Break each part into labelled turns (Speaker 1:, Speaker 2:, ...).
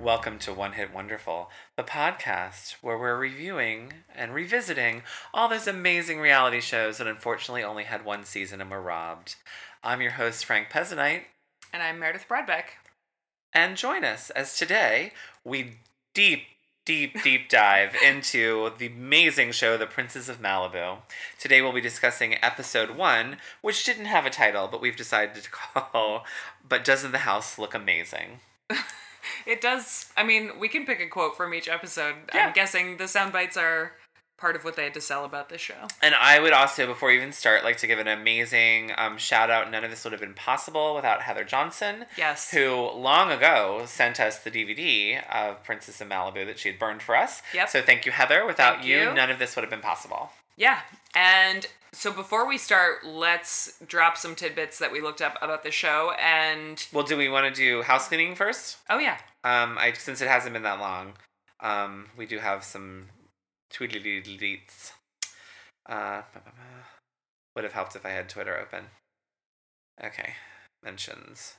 Speaker 1: Welcome to One Hit Wonderful, the podcast where we're reviewing and revisiting all those amazing reality shows that unfortunately only had one season and were robbed. I'm your host, Frank Pezzanite,
Speaker 2: And I'm Meredith Broadbeck.
Speaker 1: and join us as today we deep, deep, deep dive into the amazing show, The Princess of Malibu. Today we'll be discussing episode one, which didn't have a title, but we've decided to call But Doesn't the House Look Amazing?
Speaker 2: It does, I mean, we can pick a quote from each episode.
Speaker 1: Yeah.
Speaker 2: I'm guessing the sound bites are part of what they had to sell about this show.
Speaker 1: And I would also, before we even start, like to give an amazing um, shout out. None of this would have been possible without Heather Johnson,
Speaker 2: Yes.
Speaker 1: who long ago sent us the DVD of Princess of Malibu that she had burned for us.
Speaker 2: Yep.
Speaker 1: So thank you, Heather. Without
Speaker 2: Thank
Speaker 1: you,
Speaker 2: you.
Speaker 1: none of this would have been possible.
Speaker 2: Yeah. And so before we start, let's drop some tidbits that we looked up about the show. And
Speaker 1: Well, do we want to do house cleaning first?
Speaker 2: oh, yeah.
Speaker 1: Um, I since it hasn't been that long, um, we do have some tweetledeets. Uh, ba- ba- ba. would have helped if I had Twitter open. Okay, mentions.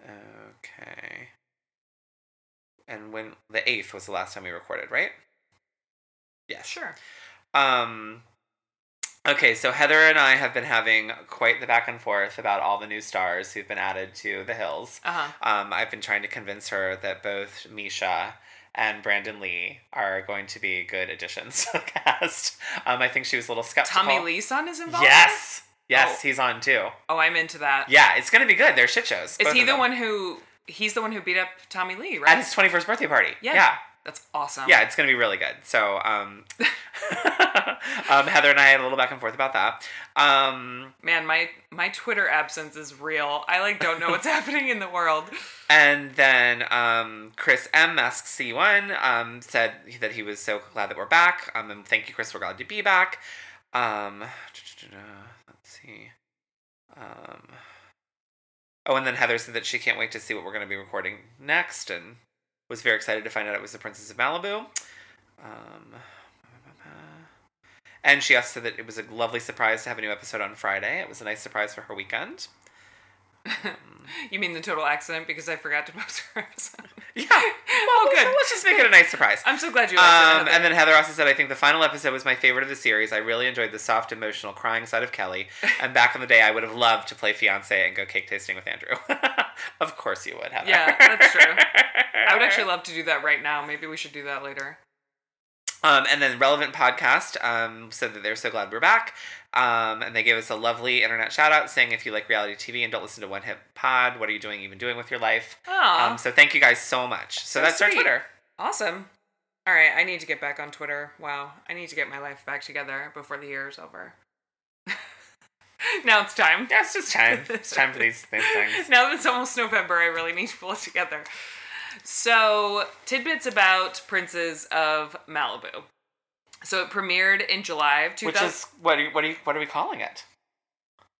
Speaker 1: Okay. And when the eighth was the last time we recorded, right? Yes.
Speaker 2: Sure.
Speaker 1: Um Okay, so Heather and I have been having quite the back and forth about all the new stars who've been added to the Hills.
Speaker 2: Uh huh.
Speaker 1: Um, I've been trying to convince her that both Misha and Brandon Lee are going to be good additions to the cast. Um, I think she was a little skeptical.
Speaker 2: Tommy Lee Leeson is involved? in it?
Speaker 1: Yes. Yes,
Speaker 2: Oh.
Speaker 1: he's on too.
Speaker 2: Oh, I'm into that.
Speaker 1: Yeah, it's gonna be good. They're shit shows.
Speaker 2: Is
Speaker 1: both
Speaker 2: he
Speaker 1: of
Speaker 2: the
Speaker 1: them.
Speaker 2: one who, he's the one who beat up Tommy Lee,
Speaker 1: at
Speaker 2: right?
Speaker 1: his twenty first birthday party?
Speaker 2: Yeah.
Speaker 1: yeah.
Speaker 2: That's awesome.
Speaker 1: yeah, it's gonna be really good. So, um, um, Heather and I had a little back and forth about that. Um,
Speaker 2: Man, my my Twitter absence is real. I like don't know what's happening in the world.
Speaker 1: and then um, Chris M. Mask C One um, said that he was so glad that we're back. Um, and thank you, Chris. We're glad to be back. Um, let's see. Um, oh, and then Heather said that she can't wait to see what we're gonna be recording next, and was very excited to find out it was the Princess of Malibu. Um, and she also said that it was a lovely surprise to have a new episode on Friday. It was a nice surprise for her weekend.
Speaker 2: You mean the total accident because I forgot to post her episode.
Speaker 1: Yeah. Well, good. Let's just make it a nice surprise.
Speaker 2: I'm so glad you liked
Speaker 1: Um,
Speaker 2: it.
Speaker 1: and then Heather also said, I think the final episode was my favorite of the series. I really enjoyed the soft, emotional, crying side of Kelly. And back in the day, I would have loved to play fiance and go cake tasting with Andrew. of course you would, Heather.
Speaker 2: Yeah, that's true. I would actually love to do that right now. Maybe we should do that later.
Speaker 1: Um, and then Relevant Podcast um, said that they're so glad we're back. Um, and they gave us a lovely internet shout out saying, if you like reality TV and don't listen to One Hit Pod, what are you doing, even doing with your life?
Speaker 2: Oh,
Speaker 1: Um, so thank you guys so much. So,
Speaker 2: So
Speaker 1: that's our
Speaker 2: sweet.
Speaker 1: Twitter.
Speaker 2: awesome. All right, I need to get back on Twitter. Wow, I need to get my life back together before the year is over. now it's time.
Speaker 1: Yeah, it's just time. it's time for these, these things.
Speaker 2: now that it's almost November, I really need to pull it together. So, tidbits about Princes of Malibu. So it premiered in July of 2000.
Speaker 1: Which is, what are, you, what, are you, what are we calling it?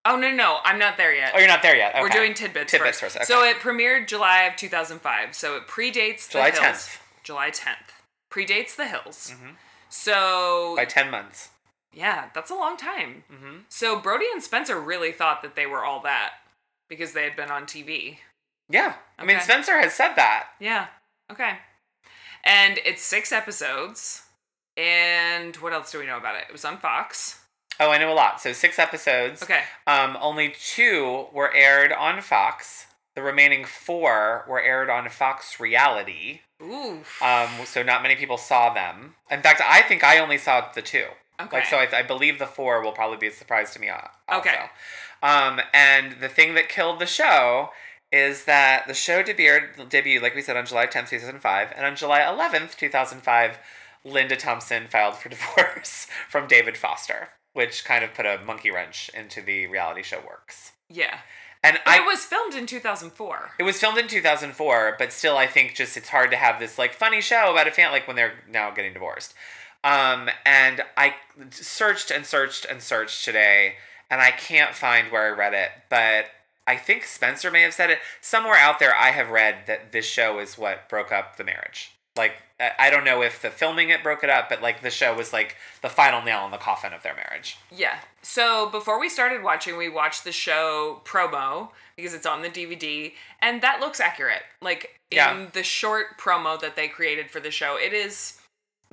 Speaker 2: oh no, no, no, I'm not there yet.
Speaker 1: Oh, you're not there yet.
Speaker 2: We're
Speaker 1: Okay.
Speaker 2: doing tidbits,
Speaker 1: Tidbits
Speaker 2: first.
Speaker 1: first,
Speaker 2: So
Speaker 1: okay.
Speaker 2: it premiered July of 2005. So it predates
Speaker 1: July
Speaker 2: the Hills.
Speaker 1: 10th.
Speaker 2: July 10th. Predates the Hills.
Speaker 1: Mhm.
Speaker 2: So
Speaker 1: by ten months.
Speaker 2: yeah, that's a long time.
Speaker 1: Mm-hmm.
Speaker 2: So Brody and Spencer really thought that they were all that because they had been on TV.
Speaker 1: Yeah, I mean
Speaker 2: Okay.
Speaker 1: Spencer has said that.
Speaker 2: Yeah. Okay. And it's six episodes. And what else do we know about it? It was on Fox.
Speaker 1: Oh, I know a lot. So six episodes.
Speaker 2: Okay.
Speaker 1: Um, only two were aired on Fox. The remaining four were aired on Fox Reality.
Speaker 2: Ooh.
Speaker 1: Um, so not many people saw them. In fact, I think I only saw the two.
Speaker 2: Okay.
Speaker 1: Like so, I, I believe the four will probably be a surprise to me. al- Also.
Speaker 2: Okay.
Speaker 1: Um, and the thing that killed the show is that the show debuted, debuted like we said, on July 10th, 2005, and on July 11th, 2005, Linda Thompson filed for divorce from David Foster, which kind of put a monkey wrench into the reality show works.
Speaker 2: yeah.
Speaker 1: And
Speaker 2: But
Speaker 1: I,
Speaker 2: it was filmed in 2004.
Speaker 1: it was filmed in 2004, but still, I think just it's hard to have this like funny show about a fan like when they're now getting divorced. Um, and I searched and searched and searched today, and I can't find where I read it, but I think Spencer may have said it somewhere out there. I have read that this show is what broke up the marriage. Like I I don't know if the filming it broke it up, but like the show was like the final nail in the coffin of their marriage.
Speaker 2: Yeah. So before we started watching, we watched the show promo because it's on the DVD, and that looks accurate. Like in
Speaker 1: Yeah.
Speaker 2: the short promo that they created for the show, it is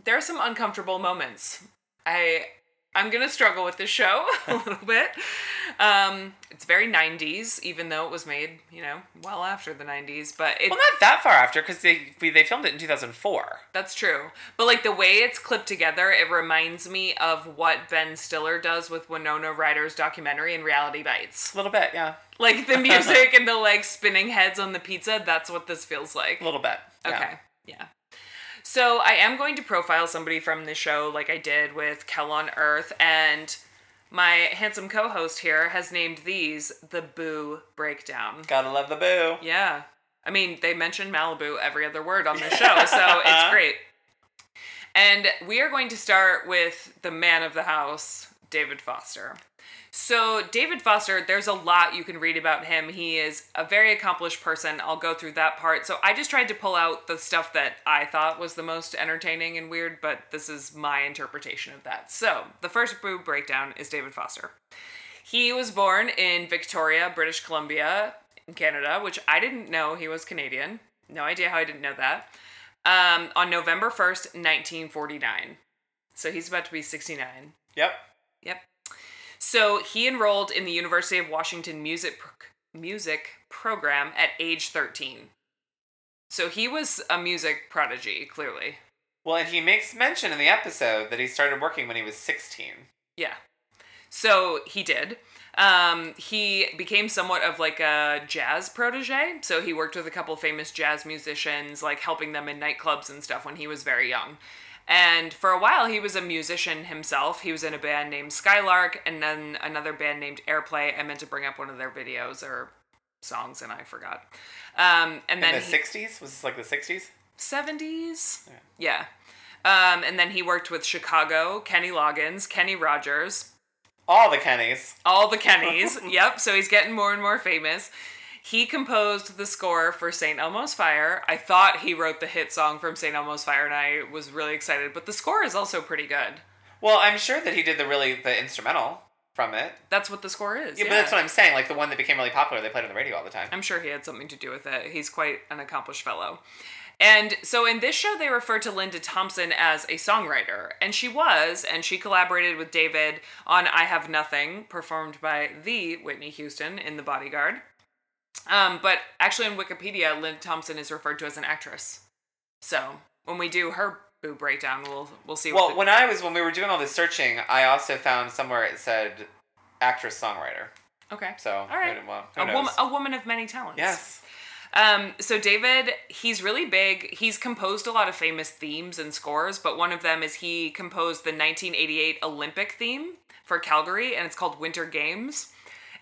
Speaker 2: there are some uncomfortable moments. I I'm gonna struggle with this show a little bit. Um, it's very '90s, even though it was made, you know, well after the '90s. But it,
Speaker 1: Well, not that far after, because they we, they filmed it in two thousand four.
Speaker 2: That's true. But like the way it's clipped together, it reminds me of what Ben Stiller does with Winona Ryder's documentary and Reality Bites.
Speaker 1: A little bit, yeah,
Speaker 2: Like the music and the like spinning heads on the pizza, that's what this feels like.
Speaker 1: a little bit. yeah.
Speaker 2: Okay. Yeah. So I am going to profile somebody from the show like I did with Kel on Earth and my handsome co-host here has named these the Boo Breakdown.
Speaker 1: Gotta love the boo.
Speaker 2: Yeah. I mean, they mention Malibu every other word on the show, so it's great. And we are going to start with the man of the house, David Foster. So, David Foster, there's a lot you can read about him. He is a very accomplished person. I'll go through that part. So, I just tried to pull out the stuff that I thought was the most entertaining and weird, but this is my interpretation of that. So, the first boo breakdown is David Foster. He was born in Victoria, British Columbia, in Canada, which I didn't know he was Canadian. No idea how I didn't know that. Um, on November 1st, 1949. So he's about to be 69.
Speaker 1: Yep.
Speaker 2: Yep. So he enrolled in the University of Washington music pro- music program at age 13. So he was a music prodigy, clearly.
Speaker 1: Well, and he makes mention in the episode that he started working when he was sixteen.
Speaker 2: Yeah. So he did. Um, he became somewhat of like a jazz protege. So he worked with a couple famous jazz musicians, like helping them in nightclubs and stuff when he was very young. And for a while, he was a musician himself. He was in a band named Skylark and then another band named Airplay. I meant to bring up one of their videos or songs and I forgot. Um, and
Speaker 1: In
Speaker 2: then
Speaker 1: the
Speaker 2: he-
Speaker 1: sixties? Was this like the sixties?
Speaker 2: 70s. Yeah. Um, and then he worked with Chicago, Kenny Loggins, Kenny Rogers,
Speaker 1: All the Kennys.
Speaker 2: all the Kennys. yep. So he's getting more and more famous. He composed the score for St. Elmo's Fire. I thought he wrote the hit song from St. Elmo's Fire, and I was really excited. But the score is also pretty good.
Speaker 1: Well, I'm sure that he did the really the instrumental from it.
Speaker 2: That's what the score is.
Speaker 1: Yeah, but that's what I'm saying. Like the one that became really popular, they played on the radio all the time.
Speaker 2: I'm sure he had something to do with it. He's quite an accomplished fellow. And so in this show, they refer to Linda Thompson as a songwriter. And she was, and she collaborated with David on I Have Nothing, performed by the Whitney Houston in The Bodyguard. Um, but actually, on Wikipedia, Linda Thompson is referred to as an actress. So when we do her boo breakdown, we'll we'll see.
Speaker 1: Well,
Speaker 2: what
Speaker 1: when I was when we were doing all this searching, I also found somewhere it said actress songwriter.
Speaker 2: the, okay,
Speaker 1: So
Speaker 2: all right,
Speaker 1: who- well, who
Speaker 2: a
Speaker 1: knows?
Speaker 2: woman, a woman of many talents.
Speaker 1: yes.
Speaker 2: Um, so David, he's really big. He's composed a lot of famous themes and scores, but one of them is he composed the 1988 Olympic theme for Calgary, and it's called Winter Games.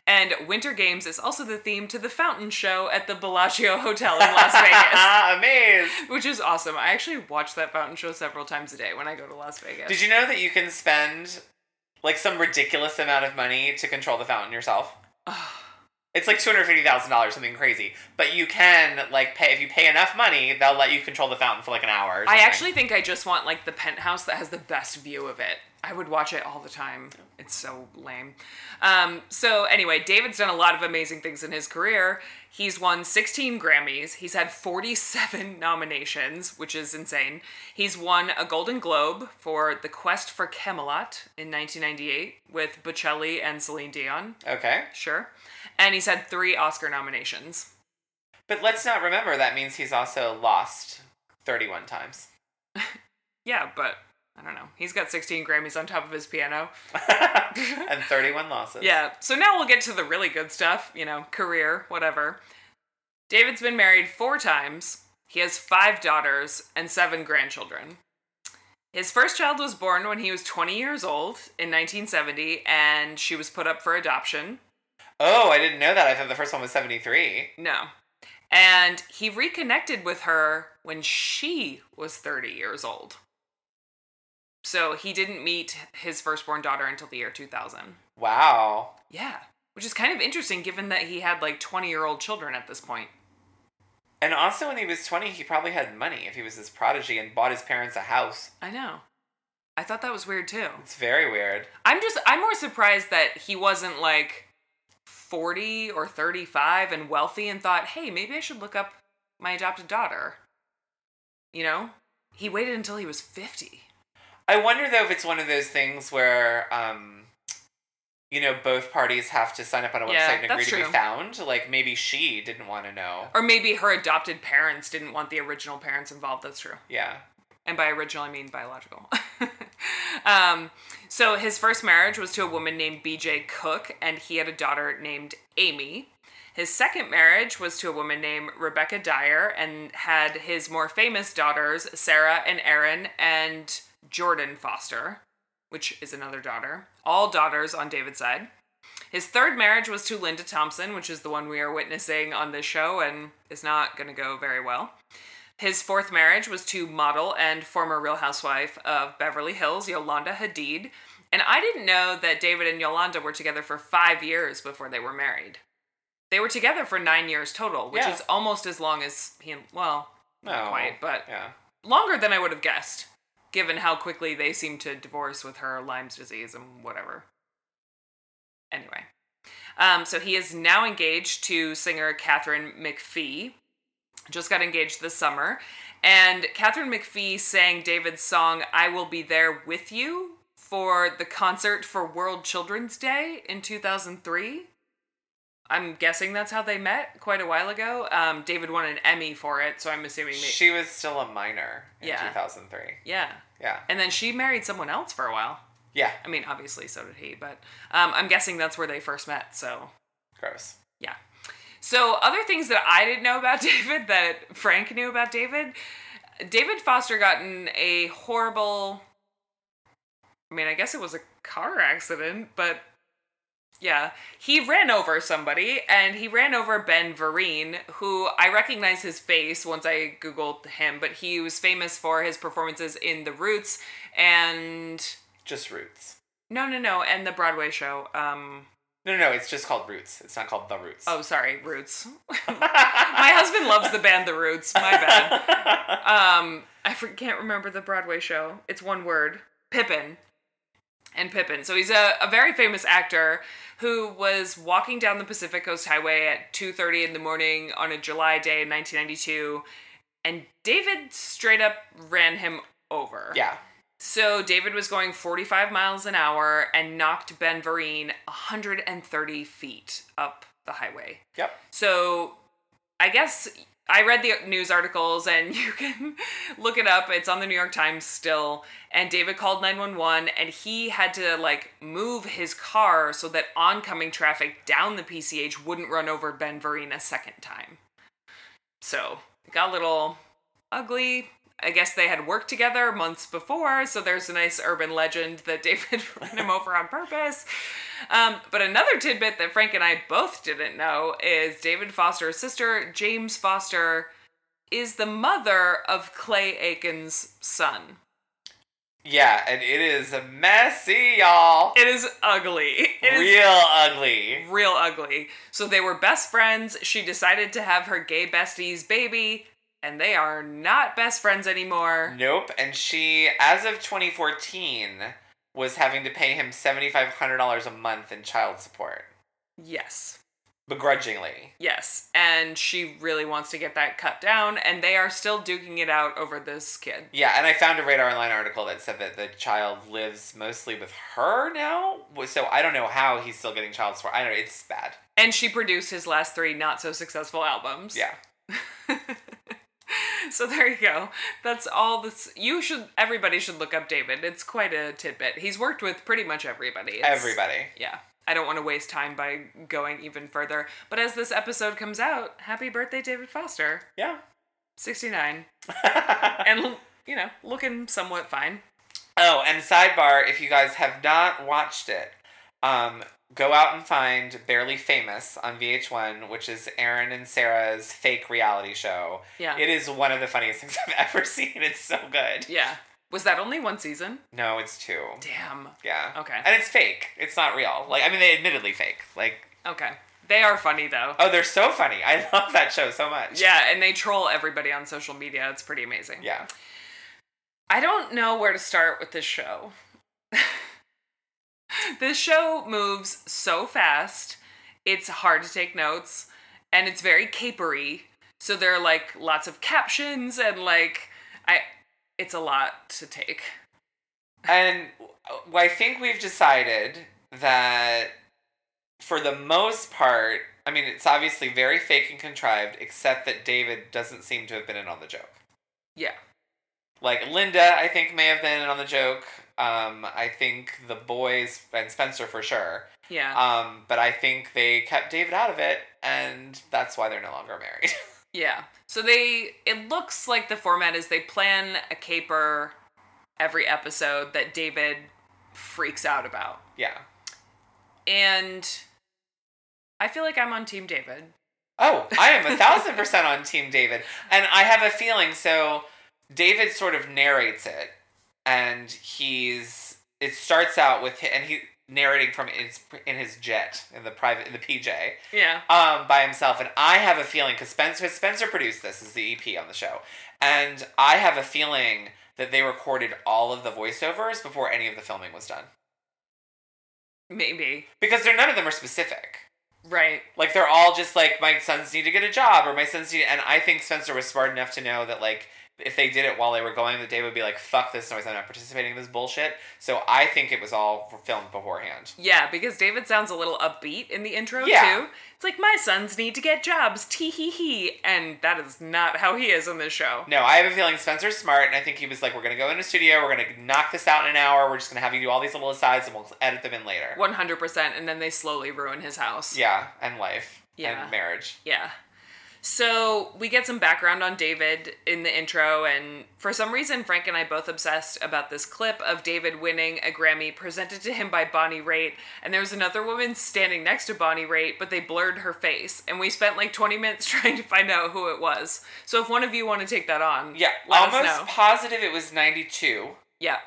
Speaker 2: And Winter Games is also the theme to the Fountain Show at the Bellagio Hotel in Las Vegas,
Speaker 1: Amazed.
Speaker 2: which is awesome. I actually watch that Fountain Show several times a day when I go to Las Vegas.
Speaker 1: Did you know that you can spend like some ridiculous amount of money to control the fountain yourself? it's like two hundred fifty thousand dollars, something crazy. But you can like pay if you pay enough money, they'll let you control the fountain for like an hour. Or
Speaker 2: I
Speaker 1: something.
Speaker 2: actually think I just want like the penthouse that has the best view of it. I would watch it all the time. It's so lame. Um, so anyway, David's done a lot of amazing things in his career. He's won 16 Grammys. He's had 47 nominations, which is insane. He's won a Golden Globe for The Quest for Camelot in 1998 with Bocelli and Celine Dion.
Speaker 1: okay.
Speaker 2: Sure. And he's had three Oscar nominations.
Speaker 1: But let's not remember that means he's also lost 31 times.
Speaker 2: Yeah, but I don't know. He's got 16 Grammys on top of his piano.
Speaker 1: and 31 losses.
Speaker 2: Yeah. So now we'll get to the really good stuff, you know, career, whatever. David's been married four times. He has five daughters and seven grandchildren. His first child was born when he was 20 years old in 1970, and she was put up for adoption.
Speaker 1: Oh, I didn't know that. I thought the first one was 73.
Speaker 2: No. And he reconnected with her when she was 30 years old. So he didn't meet his firstborn daughter until the year 2000.
Speaker 1: Wow.
Speaker 2: Yeah. Which is kind of interesting given that he had like 20 year old children at this point.
Speaker 1: And also, when he was 20, he probably had money if he was his prodigy and bought his parents a house.
Speaker 2: I know. I thought that was weird too.
Speaker 1: It's very weird.
Speaker 2: I'm just I'm more surprised that he wasn't like 40 or 35 and wealthy and thought, "Hey, maybe I should look up my adopted daughter." You know? He waited until he was 50.
Speaker 1: I wonder, though, if it's one of those things where, um, you know, both parties have to sign up on a website
Speaker 2: Yeah,
Speaker 1: and agree
Speaker 2: that's
Speaker 1: to be
Speaker 2: true.
Speaker 1: found. Like, maybe she didn't want to know.
Speaker 2: Or maybe her adopted parents didn't want the original parents involved. That's true.
Speaker 1: Yeah.
Speaker 2: and by original I mean biological. um, so his first marriage was to a woman named B.J. Cook, and he had a daughter named Amy. His second marriage was to a woman named Rebecca Dyer, and had his more famous daughters Sarah and Erin and Jordan Foster, which is another daughter. All daughters on David's side. His third marriage was to Linda Thompson, which is the one we are witnessing on this show and is not going to go very well. His fourth marriage was to model and former Real Housewife of Beverly Hills, Yolanda Hadid. And I didn't know that David and Yolanda were together for five years before they were married. They were together for nine years total, which
Speaker 1: Yeah. Oh,
Speaker 2: is almost as long as he and, well, not
Speaker 1: No.
Speaker 2: quite, but
Speaker 1: Yeah.
Speaker 2: longer than I would have guessed, given how quickly they seemed to divorce with her Lyme's disease and whatever. Anyway, um, so he is now engaged to singer Catherine McPhee. Just got engaged this summer, and Catherine McPhee sang David's song "I Will Be There with You" for the concert for World Children's Day in 2003. I'm guessing that's how they met quite a while ago. Um, David won an Emmy for it, so I'm assuming they,
Speaker 1: She was still a minor in
Speaker 2: Yeah.
Speaker 1: 2003.
Speaker 2: yeah.
Speaker 1: Yeah.
Speaker 2: And then she married someone else for a while.
Speaker 1: Yeah.
Speaker 2: I mean, obviously, so did he, but um, I'm guessing that's where they first met. So,
Speaker 1: Gross.
Speaker 2: yeah. So, other things that I didn't know about David that Frank knew about David David Foster gotten a horrible, I mean, I guess it was a car accident, but yeah. He ran over somebody and he ran over Ben Vereen, who I recognize his face once I Googled him, but he was famous for his performances in The Roots and.
Speaker 1: Just Roots.
Speaker 2: No, no, no, and the Broadway show. Um,
Speaker 1: No, no, no. It's just called Roots. It's not called The Roots.
Speaker 2: oh, sorry, Roots. My husband loves the band The Roots. My bad. Um, I for- can't remember the Broadway show. It's one word. Pippin. And Pippin. So he's a, a very famous actor who was walking down the Pacific Coast Highway at 2:30 in the morning on a July day in 1992, and David straight up ran him over.
Speaker 1: yeah.
Speaker 2: So David was going 45 miles an hour and knocked Ben Vereen 130 feet up the highway.
Speaker 1: Yep.
Speaker 2: So I guess I read the news articles and you can look it up. It's on the New York Times still. And David called 911 and he had to like move his car so that oncoming traffic down the PCH wouldn't run over Ben Vereen a second time. So it got a little ugly. I guess they had worked together months before, so there's a nice urban legend that David ran him over on purpose. Um, but another tidbit that Frank and I both didn't know is David Foster's sister, James Foster, is the mother of Clay Aiken's son.
Speaker 1: Yeah, and it is messy, y'all.
Speaker 2: It is ugly. It is
Speaker 1: Real ugly.
Speaker 2: real ugly. So they were best friends. She decided to have her gay bestie's baby, and they are not best friends anymore.
Speaker 1: Nope. And she, as of 2014, was having to pay him $7,500 a month in child support.
Speaker 2: Yes.
Speaker 1: Begrudgingly.
Speaker 2: Yes, and she really wants to get that cut down, and they are still duking it out over this kid.
Speaker 1: Yeah, and I found a Radar Online article that said that the child lives mostly with her now. So I don't know how he's still getting child support. I don't know. It's bad.
Speaker 2: And she produced his last three not so successful albums.
Speaker 1: Yeah.
Speaker 2: So there you go. That's all this. You should, everybody should look up David. It's quite a tidbit. He's worked with pretty much everybody. It's-
Speaker 1: Everybody.
Speaker 2: Yeah. I don't want to waste time by going even further. But as this episode comes out, happy birthday, David Foster.
Speaker 1: Yeah.
Speaker 2: 69. And, you know, looking somewhat fine.
Speaker 1: Oh, and sidebar, if you guys have not watched it, um, go out and find Barely Famous on VH1, which is Aaron and Sarah's fake reality show.
Speaker 2: Yeah.
Speaker 1: It is one of the funniest things I've ever seen. It's so good.
Speaker 2: yeah. Was that only one season?
Speaker 1: No, it's two.
Speaker 2: Damn.
Speaker 1: Yeah.
Speaker 2: Okay.
Speaker 1: And it's fake. It's not real. Like, I mean, they admittedly fake. Like,
Speaker 2: Okay. They are funny though.
Speaker 1: Oh, they're so funny. I love that show so much.
Speaker 2: Yeah, and they troll everybody on social media. It's pretty amazing.
Speaker 1: Yeah.
Speaker 2: I don't know where to start with this show. this show moves so fast, it's hard to take notes, and it's very capery. So there are like lots of captions and like I it's a lot to take.
Speaker 1: And well, I think we've decided that for the most part, I mean, it's obviously very fake and contrived, except that David doesn't seem to have been in on the joke.
Speaker 2: Yeah.
Speaker 1: Like Linda, I think, may have been in on the joke. Um, I think the boys and Spencer for sure.
Speaker 2: Yeah.
Speaker 1: Um, but I think they kept David out of it, and that's why they're no longer married.
Speaker 2: Yeah. So they it looks like the format is they plan a caper every episode that David freaks out about.
Speaker 1: yeah.
Speaker 2: And I feel like I'm on team David.
Speaker 1: Oh, I am a thousand percent on Team David. And I have a feeling so David sort of narrates it and he's it starts out with hi- and he narrating from his, in his jet in the private in the PJ
Speaker 2: Yeah.
Speaker 1: um by himself and I have a feeling cuz Spencer Spencer produced this as the EP on the show and I have a feeling that they recorded all of the voiceovers before any of the filming was done
Speaker 2: Maybe.
Speaker 1: because they're none of them are specific
Speaker 2: Right.
Speaker 1: Like they're all just like my sons need to get a job or my sons need and I think Spencer was smart enough to know that like if they did it while they were going, the day would be like, fuck this noise, I'm not participating in this bullshit. So I think it was all filmed beforehand.
Speaker 2: Yeah, because David sounds a little upbeat in the intro
Speaker 1: Yeah.
Speaker 2: too. It's like my sons need to get jobs, tee hee hee, and that is not how he is in this show.
Speaker 1: No, I have a feeling Spencer's smart, and I think he was like, we're gonna go in a studio, we're gonna knock this out in an hour, we're just gonna have you do all these little asides, and we'll edit them in later.
Speaker 2: One hundred percent, and then they slowly ruin his house.
Speaker 1: Yeah, and life.
Speaker 2: Yeah.
Speaker 1: And marriage.
Speaker 2: Yeah. So we get some background on David in the intro, and for some reason, Frank and I both obsessed about this clip of David winning a Grammy presented to him by Bonnie Raitt. And there was another woman standing next to Bonnie Raitt, but they blurred her face. And we spent like 20 minutes trying to find out who it was. So if one of you want to take that on,
Speaker 1: Yeah.
Speaker 2: let
Speaker 1: almost
Speaker 2: us know.
Speaker 1: positive it was ninety two.
Speaker 2: Yeah.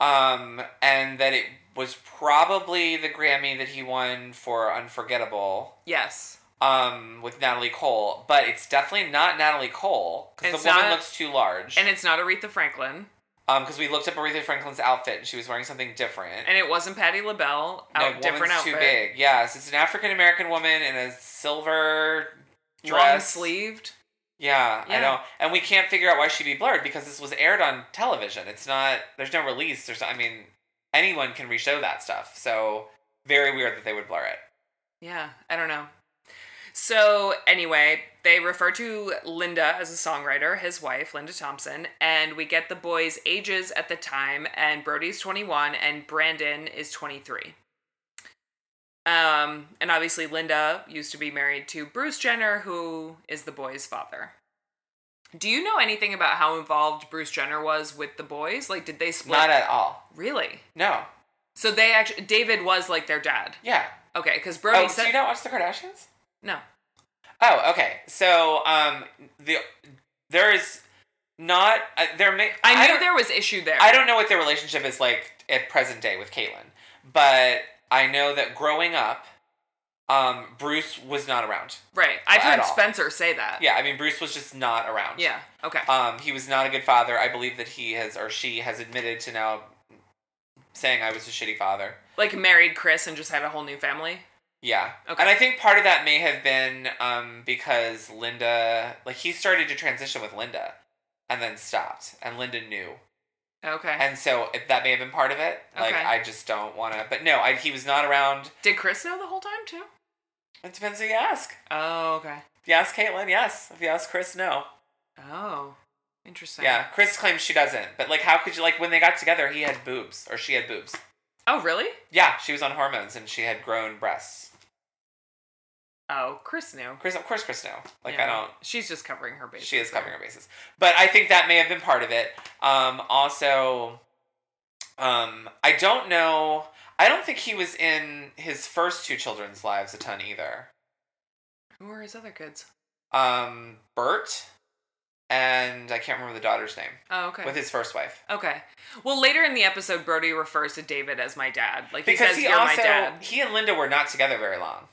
Speaker 1: um, and that it was probably the Grammy that he won for Unforgettable
Speaker 2: Yes.
Speaker 1: um, with Natalie Cole, but it's definitely not Natalie Cole because
Speaker 2: It's
Speaker 1: the woman
Speaker 2: not-
Speaker 1: looks too large.
Speaker 2: And it's not Aretha Franklin,
Speaker 1: Because we looked up Aretha Franklin's outfit and she was wearing something different.
Speaker 2: and it wasn't Patti LaBelle. Out,
Speaker 1: no,
Speaker 2: different
Speaker 1: woman's
Speaker 2: outfit.
Speaker 1: too big. Yes, it's an African American woman in a silver
Speaker 2: Long
Speaker 1: dress.
Speaker 2: sleeved.
Speaker 1: Yeah,
Speaker 2: Yeah.
Speaker 1: I know. And we can't figure out why she'd be blurred because this was aired on television. It's not, there's no release. There's, no, I mean, anyone can reshow that stuff. So very weird that they would blur it.
Speaker 2: Yeah, I don't know. So, anyway, they refer to Linda as a songwriter, his wife, Linda Thompson, and we get the boys' ages at the time, and Brody's 21 and Brandon is 23. Um, and obviously, Linda used to be married to Bruce Jenner, who is the boys' father. Do you know anything about how involved Bruce Jenner was with the boys? Like, did they split?
Speaker 1: Not at all.
Speaker 2: really?
Speaker 1: No.
Speaker 2: So they actually, David was like their dad.
Speaker 1: Yeah.
Speaker 2: Okay, because Brody
Speaker 1: Oh,
Speaker 2: said
Speaker 1: do you not watch the Kardashians?
Speaker 2: no.
Speaker 1: Oh, okay. So, um, the there is not uh, there may
Speaker 2: I knew
Speaker 1: don't-
Speaker 2: there was issue there.
Speaker 1: I don't know what their relationship is like at present day with Caitlyn, but I know that growing up, um, Bruce was not around.
Speaker 2: Right. I've
Speaker 1: At
Speaker 2: heard
Speaker 1: all.
Speaker 2: Spencer say that.
Speaker 1: Yeah, I mean Bruce was just not around.
Speaker 2: Yeah. Okay.
Speaker 1: Um, he was not a good father. I believe that he has or she has admitted to now saying I was a shitty father.
Speaker 2: like married Chris and just had a whole new family.
Speaker 1: Yeah.
Speaker 2: Okay.
Speaker 1: And I think part of that may have been um, because Linda, like, he started to transition with Linda and then stopped, and Linda knew.
Speaker 2: Okay.
Speaker 1: And so if that may have been part of it. Like,
Speaker 2: Okay.
Speaker 1: I just don't want to. But no, I, he was not around.
Speaker 2: Did Chris know the whole time too?
Speaker 1: It depends who you ask.
Speaker 2: Oh, okay.
Speaker 1: If you ask Caitlin, yes. If you ask Chris, no.
Speaker 2: Oh. Interesting.
Speaker 1: Yeah. Chris claims she doesn't. But, like, how could you, like, when they got together, he had boobs, or she had boobs.
Speaker 2: Oh, really?
Speaker 1: Yeah, she was on hormones and she had grown breasts.
Speaker 2: Oh, Chris knew.
Speaker 1: Chris, of course, Chris, no. Like,
Speaker 2: Yeah.
Speaker 1: I don't.
Speaker 2: She's just covering her bases.
Speaker 1: she is
Speaker 2: there.
Speaker 1: covering her bases. But I think that may have been part of it. Um, also, um, I don't know. I don't think he was in his first two children's lives a ton either.
Speaker 2: Who are his other kids?
Speaker 1: Um, Bert, and I can't remember the daughter's name
Speaker 2: Oh, okay.
Speaker 1: with his first wife.
Speaker 2: okay. Well, later in the episode, Brody refers to David as my dad. Like he
Speaker 1: Because
Speaker 2: says,
Speaker 1: he
Speaker 2: "You're my
Speaker 1: also
Speaker 2: dad."
Speaker 1: he and Linda were not together very long.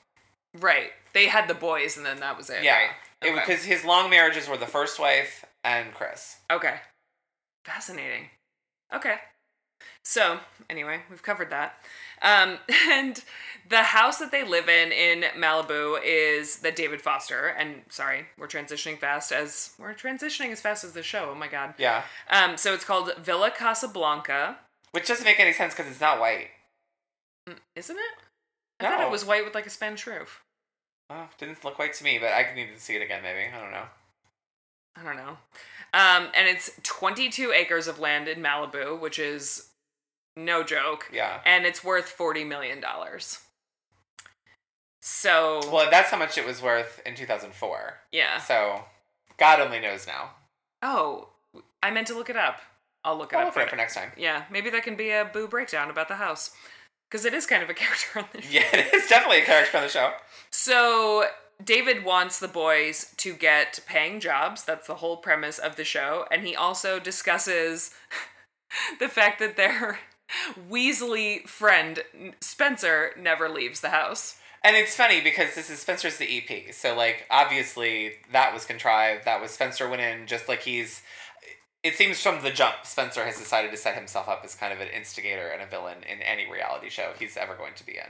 Speaker 2: Right. They had the boys, and then that was it.
Speaker 1: Yeah.
Speaker 2: Right? Okay.
Speaker 1: Because his long marriages were the first wife and Chris.
Speaker 2: okay. Fascinating. Okay. So anyway, we've covered that. Um, and the house that they live in in Malibu is that David Foster. And sorry, we're transitioning fast as we're transitioning as fast as the show. Oh my god.
Speaker 1: Yeah.
Speaker 2: Um, so it's called Villa Casablanca,
Speaker 1: Which doesn't make any sense because it's not white.
Speaker 2: isn't it? I thought
Speaker 1: No.
Speaker 2: it was white with like a Spanish roof.
Speaker 1: Oh, didn't look white to me, but I need to see it again maybe. I don't know.
Speaker 2: I don't know. Um, and it's 22 acres of land in Malibu, which is no joke.
Speaker 1: Yeah.
Speaker 2: And it's worth $40 million. So,
Speaker 1: Well, that's how much it was worth in 2004.
Speaker 2: yeah.
Speaker 1: So, God only knows now.
Speaker 2: Oh, I meant to look it up. I'll look it
Speaker 1: I'll
Speaker 2: up
Speaker 1: look it up
Speaker 2: for
Speaker 1: for next time.
Speaker 2: Yeah, maybe that can be a boo breakdown about the house. Because it is kind of a character on the
Speaker 1: Yeah, it's definitely a character on the show.
Speaker 2: So David wants the boys to get paying jobs. That's the whole premise of the show. And he also discusses the fact that their Weasley friend Spencer never leaves the house.
Speaker 1: And it's funny because this is Spencer's the EP. So, like, obviously that was contrived. That was Spencer went in just like he's. It seems from the jump, Spencer has decided to set himself up as kind of an instigator and a villain in any reality show he's ever going to be in.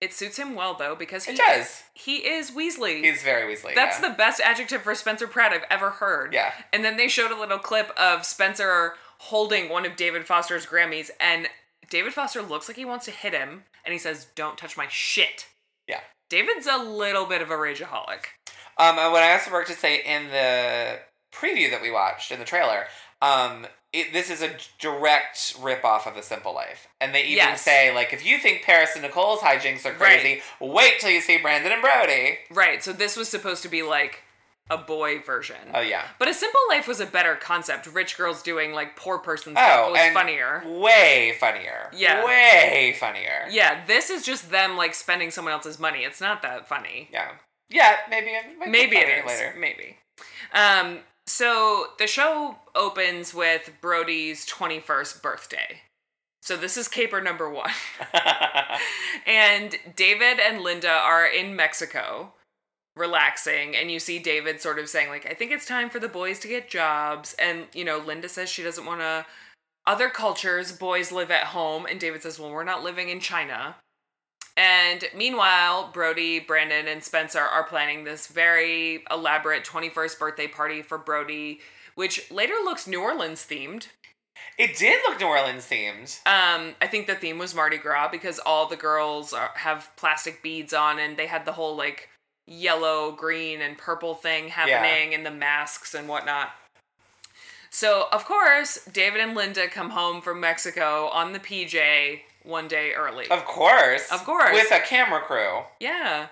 Speaker 2: It suits him well though because he
Speaker 1: It does.
Speaker 2: he is Weasley.
Speaker 1: He's very Weasley.
Speaker 2: That's
Speaker 1: yeah.
Speaker 2: the best adjective for Spencer Pratt I've ever heard.
Speaker 1: Yeah.
Speaker 2: And then they showed a little clip of Spencer holding one of David Foster's Grammys, and David Foster looks like he wants to hit him, and he says, Don't touch my shit.
Speaker 1: Yeah.
Speaker 2: David's a little bit of a rageaholic.
Speaker 1: Um, and what I also forgot to say in the preview that we watched in the trailer, um, it, this is a direct ripoff of The Simple Life, and they even
Speaker 2: Yes.
Speaker 1: say like, if you think Paris and Nicole's hijinks are crazy, wait till you see Brandon and Brody.
Speaker 2: Right, so this was supposed to be like a boy version.
Speaker 1: Oh yeah.
Speaker 2: but A Simple Life was a better concept. Rich girls doing like poor person stuff
Speaker 1: Oh,
Speaker 2: was
Speaker 1: and
Speaker 2: funnier.
Speaker 1: Way funnier.
Speaker 2: Yeah.
Speaker 1: Way funnier.
Speaker 2: Yeah, this is just them like spending someone else's money. It's not that funny.
Speaker 1: Yeah. Yeah. Maybe. It might be
Speaker 2: maybe
Speaker 1: funny
Speaker 2: it is
Speaker 1: later.
Speaker 2: maybe um so the show opens with brody's 21st birthday so this is caper number one and david and linda are in mexico relaxing and you see david sort of saying like i think it's time for the boys to get jobs and you know linda says she doesn't want to other cultures boys live at home and david says well we're not living in china and meanwhile brody brandon and spencer are planning this very elaborate 21st birthday party for brody which later looks new orleans themed
Speaker 1: it did look New Orleans themed.
Speaker 2: um, I think the theme was Mardi Gras because all the girls are, have plastic beads on, and they had the whole like yellow, green, and purple thing happening, and the masks and whatnot. So of course, David and Linda come home from Mexico on the PJ one day early.
Speaker 1: Of course.
Speaker 2: Of course.
Speaker 1: With a camera crew.
Speaker 2: Yeah.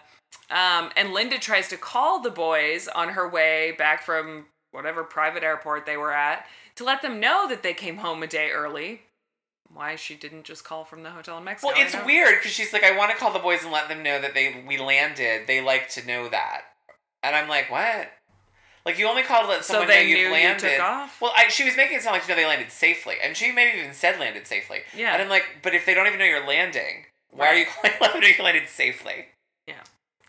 Speaker 2: Um, and Linda tries to call the boys on her way back from whatever private airport they were at to let them know that they came home a day early. Why she didn't just call from the hotel in Mexico?
Speaker 1: Well,
Speaker 2: I
Speaker 1: it's
Speaker 2: don't know.
Speaker 1: weird because she's like, I want to call the boys and let them know that they we landed. They like to know that, and I'm like, what? Like you only call to let
Speaker 2: So
Speaker 1: someone
Speaker 2: they
Speaker 1: know
Speaker 2: knew
Speaker 1: you've
Speaker 2: you
Speaker 1: landed.
Speaker 2: took off?
Speaker 1: Well, I, she was making it sound like you know they landed safely, and she maybe even said landed safely.
Speaker 2: Yeah.
Speaker 1: And I'm like, but if they don't even know you're landing, why are you calling let them know you landed safely?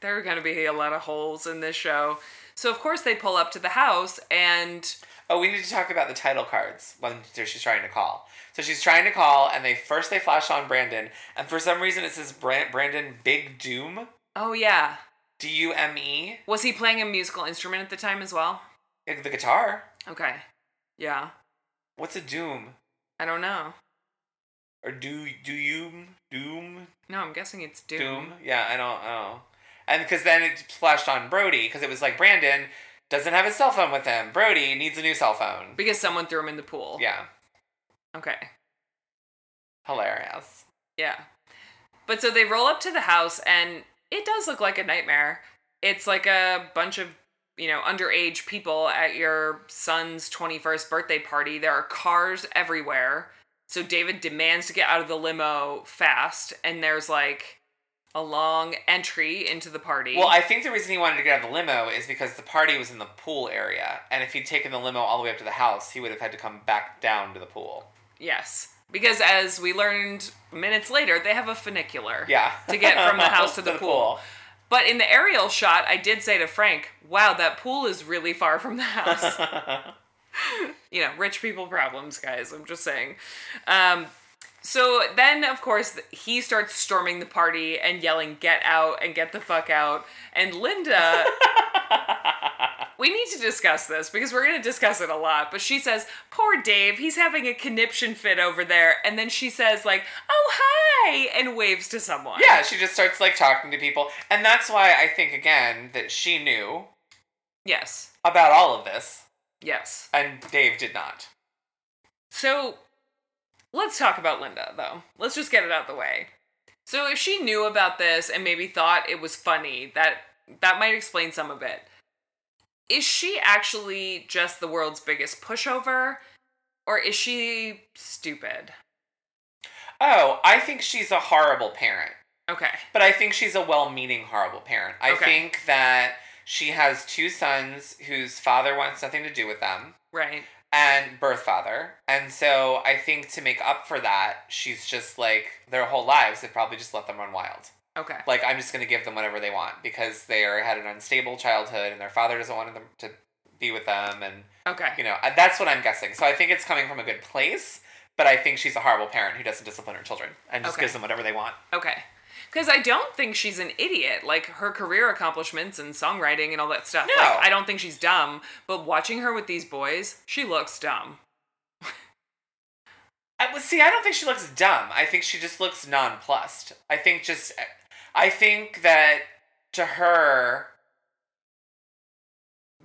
Speaker 2: There are going to be a lot of holes in this show. So, of course, they pull up to the house and
Speaker 1: Oh, we need to talk about the title cards when she's trying to call. So she's trying to call, and they first they flash on Brandon, and for some reason it says Bran- Brandon Big Doom,
Speaker 2: oh, yeah.
Speaker 1: D U M E,
Speaker 2: Was he playing a musical instrument at the time as well?
Speaker 1: the guitar.
Speaker 2: Okay. Yeah.
Speaker 1: What's a doom?
Speaker 2: I don't know.
Speaker 1: or do do you doom
Speaker 2: No, I'm guessing it's Doom.
Speaker 1: doom? Yeah, I don't know. And because then it flashed on Brody because it was like Brandon doesn't have his cell phone with him. Brody needs a new cell phone.
Speaker 2: Because someone threw him in the pool.
Speaker 1: Yeah,
Speaker 2: Okay.
Speaker 1: hilarious.
Speaker 2: Yeah. But so they roll up to the house and it does look like a nightmare. It's like a bunch of, you know, underage people at your son's 21st birthday party. There are cars everywhere. So David demands to get out of the limo fast and there's like a long entry into the party.
Speaker 1: Well, I think the reason he wanted to get out of the limo is because the party was in the pool area, and if he'd taken the limo all the way up to the house, he would have had to come back down to the pool.
Speaker 2: yes. Because as we learned minutes later, they have a funicular.
Speaker 1: Yeah,
Speaker 2: To get from the house to the pool. But in the aerial shot, I did say to Frank, wow, that pool is really far from the house. you know, rich people problems, guys. I'm just saying. Um, so then, of course, th- he starts storming the party and yelling, get out and get the fuck out. And Linda. We need to discuss this because we're going to discuss it a lot. But she says, Poor Dave, he's having a conniption fit over there. And then she says, like, Oh, hi, and waves to someone.
Speaker 1: yeah, she just starts like talking to people. And that's why I think, again, that she knew
Speaker 2: Yes.
Speaker 1: about all of this,
Speaker 2: Yes.
Speaker 1: and Dave did not.
Speaker 2: So let's talk about Linda, though. Let's just get it out of the way. So if she knew about this and maybe thought it was funny, that that might explain some of it. Is she actually just the world's biggest pushover, or is she stupid?
Speaker 1: Oh, I think she's a horrible parent.
Speaker 2: Okay.
Speaker 1: But I think she's a well meaning, horrible parent. I
Speaker 2: Okay.
Speaker 1: think that she has two sons whose father wants nothing to do with them
Speaker 2: Right.
Speaker 1: and birth father. And so I think to make up for that, she's just like, their whole lives, they probably just let them run wild.
Speaker 2: Okay.
Speaker 1: Like, I'm just going to give them whatever they want because they are, had an unstable childhood and their father doesn't want them to be with them. And,
Speaker 2: Okay.
Speaker 1: you know, I- that's what I'm guessing. So I think it's coming from a good place. But I think she's a horrible parent who doesn't discipline her children and just
Speaker 2: Okay.
Speaker 1: gives them whatever they want.
Speaker 2: Okay. Because I don't think she's an idiot. Like her career accomplishments and songwriting and all that stuff.
Speaker 1: No.
Speaker 2: Like, I don't think she's dumb, but watching her with these boys, she looks dumb.
Speaker 1: I, well, see, I don't think she looks dumb. I think she just looks nonplussed. I think just, I think that to her,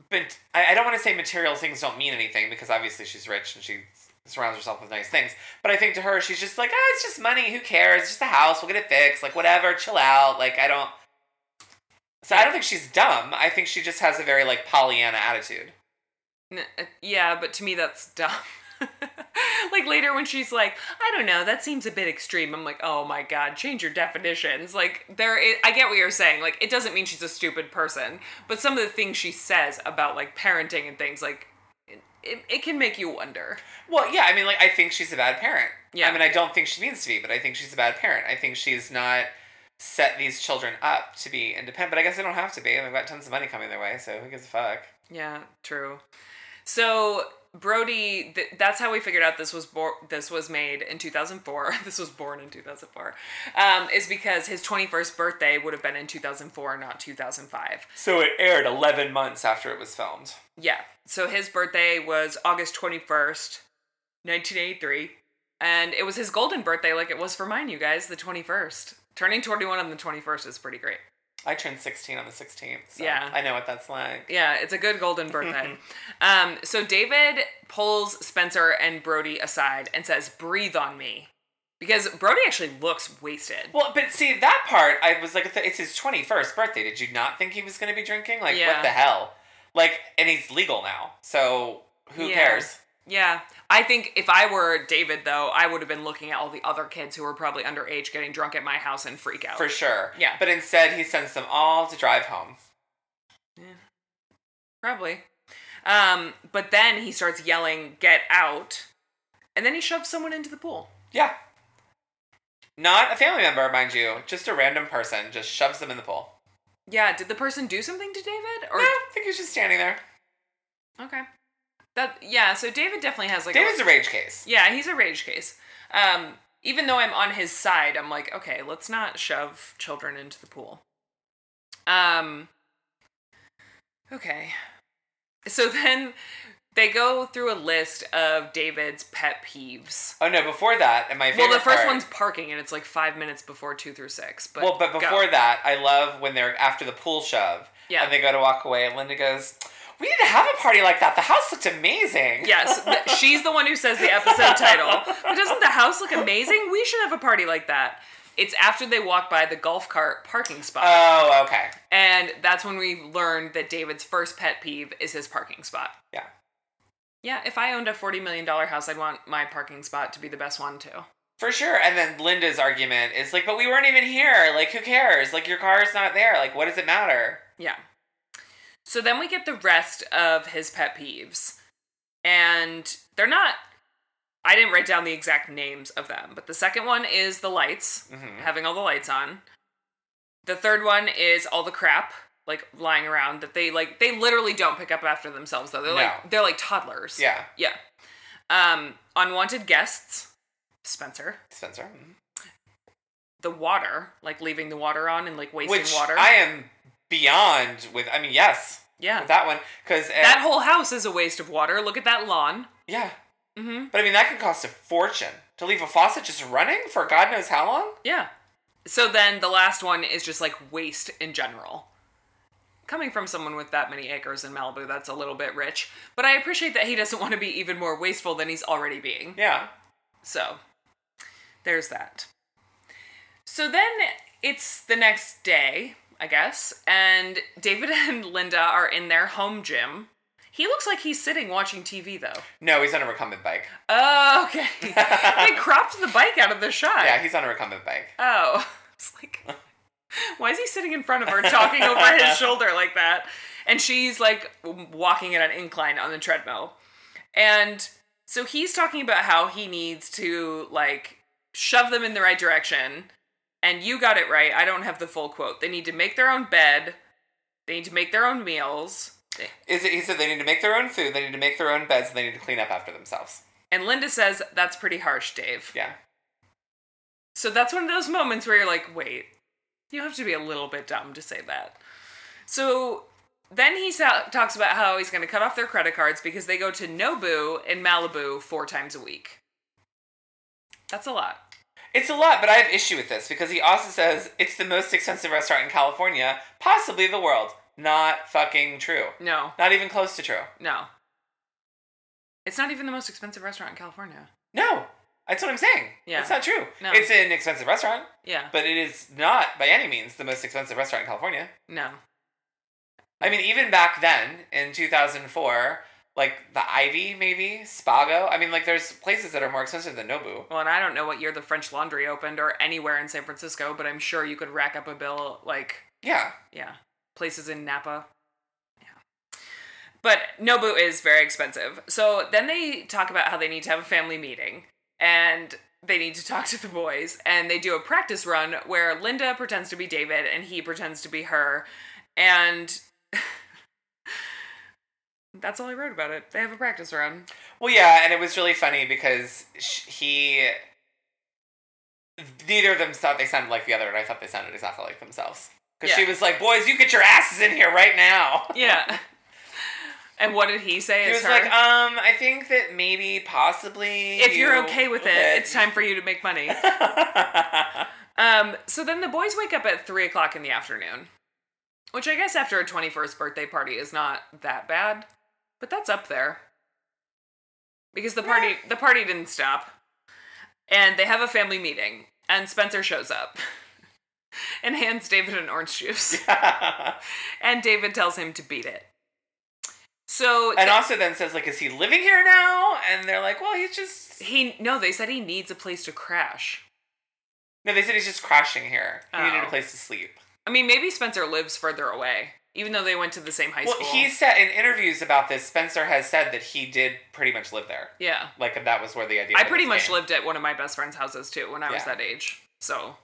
Speaker 1: but I, I don't want to say material things don't mean anything because obviously she's rich and she surrounds herself with nice things. But I think to her, she's just like, ah, it's just money. Who cares? It's just a house. We'll get it fixed. Like whatever. Chill out. Like I don't. So I don't think she's dumb. I think she just has a very like Pollyanna attitude.
Speaker 2: N- uh, Yeah, but to me that's dumb. like later when she's like, I don't know, that seems a bit extreme. I'm like, oh my god, change your definitions. Like there, is, I get what you're saying. Like it doesn't mean she's a stupid person, but some of the things she says about like parenting and things like, it, it, it can make you wonder.
Speaker 1: Well, yeah, I mean, like, I think she's a bad parent.
Speaker 2: Yeah.
Speaker 1: I mean, I don't think she needs to be, but I think she's a bad parent. I think she's not set these children up to be independent, but I guess they don't have to be. They've got tons of money coming their way, so who gives a fuck?
Speaker 2: Yeah, true. So Brody, th- that's how we figured out this was born. This was made in 2004. this was born in 2004. Um, is because his 21st birthday would have been in 2004, not 2005.
Speaker 1: So it aired 11 months after it was filmed.
Speaker 2: Yeah. So his birthday was August 21st, 1983, and it was his golden birthday, like it was for mine. You guys, the 21st. Turning 21 on the 21st is pretty great.
Speaker 1: I turned 16 on the 16th, so
Speaker 2: Yeah.
Speaker 1: I know what that's like.
Speaker 2: Yeah, it's a good golden birthday. um, so David pulls Spencer and Brody aside and says, "Breathe on me," because Brody actually looks wasted.
Speaker 1: Well, but see, that part, I was like, it's his 21st birthday. Did you not think he was going to be drinking? Like,
Speaker 2: Yeah.
Speaker 1: what the hell? Like, and he's legal now, so who
Speaker 2: Yeah.
Speaker 1: cares?
Speaker 2: Yeah, I think if I were David, though, I would have been looking at all the other kids who were probably underage getting drunk at my house and freak out.
Speaker 1: For sure.
Speaker 2: Yeah.
Speaker 1: But instead, he sends them all to drive home.
Speaker 2: Probably. Um, but then he starts yelling, "Get out!" And then he shoves someone into the pool.
Speaker 1: Yeah. Not a family member, mind you. Just a random person just shoves them in the pool.
Speaker 2: Yeah, did the person do something to David? Or
Speaker 1: No, I think he's just standing there.
Speaker 2: okay, that yeah. So David definitely has like a-
Speaker 1: David's a rage case.
Speaker 2: Yeah, he's a rage case. Um, even though I'm on his side, I'm like, okay, let's not shove children into the pool. Um, okay. So then they go through a list of David's pet peeves.
Speaker 1: Oh no, before that, and my favorite
Speaker 2: Well, the first
Speaker 1: part-
Speaker 2: one's parking, and it's like five minutes before two through six. But
Speaker 1: Well, but
Speaker 2: go.
Speaker 1: before that, I love when they're after the pool shove.
Speaker 2: Yeah.
Speaker 1: And they go to walk away and Linda goes, We need to have a party like that. The house looked amazing.
Speaker 2: Yes, th- she's the one who says the episode title. But doesn't the house look amazing? We should have a party like that. It's after they walk by the golf cart parking spot.
Speaker 1: Oh, okay.
Speaker 2: And that's when we learned that David's first pet peeve is his parking spot.
Speaker 1: Yeah.
Speaker 2: Yeah, if I owned a $40 million house, I'd want my parking spot to be the best one too.
Speaker 1: For sure. And then Linda's argument is like, But we weren't even here. Like, who cares? Like, your car's not there. Like, what does it matter?
Speaker 2: Yeah. So then we get the rest of his pet peeves. And they're not, I didn't write down the exact names of them, but the second one is the lights,
Speaker 1: Mm-hmm.
Speaker 2: having all the lights on. The third one is all the crap like lying around that they like they literally don't pick up after themselves though. They're
Speaker 1: No.
Speaker 2: like they're like toddlers.
Speaker 1: Yeah.
Speaker 2: Yeah. Um unwanted guests, Spencer.
Speaker 1: Spencer. mhm.
Speaker 2: The water, like leaving the water on and like wasting
Speaker 1: Which
Speaker 2: water.
Speaker 1: I am beyond with. I mean, yes,
Speaker 2: yeah.
Speaker 1: with that one because
Speaker 2: that whole house is a waste of water. Look at that lawn.
Speaker 1: yeah.
Speaker 2: Mm-hmm.
Speaker 1: But I mean, that can cost a fortune to leave a faucet just running for God knows how long.
Speaker 2: Yeah. So then the last one is just like waste in general. Coming from someone with that many acres in Malibu, that's a little bit rich. But I appreciate that he doesn't want to be even more wasteful than he's already being.
Speaker 1: Yeah.
Speaker 2: So there's that. So then it's the next day, I guess, and David and Linda are in their home gym. He looks like he's sitting watching TV though.
Speaker 1: No, he's on a recumbent bike.
Speaker 2: Oh, okay. they cropped the bike out of the shot.
Speaker 1: Yeah, he's on a recumbent bike.
Speaker 2: Oh, it's like, why is he sitting in front of her talking over his shoulder like that? And she's like walking at an incline on the treadmill. And so he's talking about how he needs to like shove them in the right direction. And you got it right. I don't have the full quote. They need to make their own bed, they need to make their own meals.
Speaker 1: Is it, he said they need to make their own food, they need to make their own beds, and they need to clean up after themselves.
Speaker 2: And Linda says, That's pretty harsh, Dave.
Speaker 1: Yeah.
Speaker 2: So that's one of those moments where you're like, wait, you have to be a little bit dumb to say that. So then he sa- talks about how he's going to cut off their credit cards because they go to Nobu in Malibu four times a week. That's a lot.
Speaker 1: It's a lot, but I have issue with this because he also says it's the most expensive restaurant in California, possibly the world. Not fucking true.
Speaker 2: No,
Speaker 1: Not even close to true.
Speaker 2: no. It's not even the most expensive restaurant in California.
Speaker 1: No. That's what I'm saying.
Speaker 2: Yeah.
Speaker 1: It's not true.
Speaker 2: No.
Speaker 1: It's an expensive restaurant,
Speaker 2: Yeah,
Speaker 1: but it is not by any means the most expensive restaurant in California.
Speaker 2: no.
Speaker 1: I mean, even back then in 2004, like the Ivy, maybe, Spago. I mean, like there's places that are more expensive than Nobu.
Speaker 2: Well, and I don't know what year the French Laundry opened or anywhere in San Francisco, but I'm sure you could rack up a bill like
Speaker 1: Yeah.
Speaker 2: yeah places in napa yeah but nobu is very expensive so then they talk about how they need to have a family meeting and they need to talk to the boys and they do a practice run where linda pretends to be david and he pretends to be her and that's all i wrote about it they have a practice run
Speaker 1: Well, yeah, and it was really funny because sh- he. Neither of them thought they sounded like the other, and I thought they sounded exactly like themselves. Because she
Speaker 2: Yeah.
Speaker 1: was like, "Boys, you get your asses in here right now."
Speaker 2: yeah and what did he say
Speaker 1: He
Speaker 2: is
Speaker 1: was
Speaker 2: her
Speaker 1: like, "Um, I think that maybe, possibly,
Speaker 2: if you're
Speaker 1: you
Speaker 2: okay with
Speaker 1: would."
Speaker 2: it it's time for you to make money Um, so then the boys wake up at three o'clock in the afternoon, which I guess after a 21st birthday party is not that bad, but that's up there because the party the party didn't stop, and they have a family meeting, and Spencer shows up and hands David an orange juice, and David tells him to beat it. So
Speaker 1: and also then says like, "Is he living here now?" And they're like, "Well, he's just."
Speaker 2: he no, they said he needs a place to crash.
Speaker 1: No, they said he's just crashing here. He needed a
Speaker 2: Oh.
Speaker 1: place to sleep.
Speaker 2: I mean, maybe Spencer lives further away, even though they went to the same high
Speaker 1: Well,
Speaker 2: school.
Speaker 1: he said in interviews about this, Spencer has said that he did pretty much live there.
Speaker 2: yeah.
Speaker 1: Like that was where the idea.
Speaker 2: I
Speaker 1: for
Speaker 2: pretty
Speaker 1: this
Speaker 2: much
Speaker 1: came.
Speaker 2: lived at one of my best friend's houses too when I was
Speaker 1: Yeah.
Speaker 2: that age. So,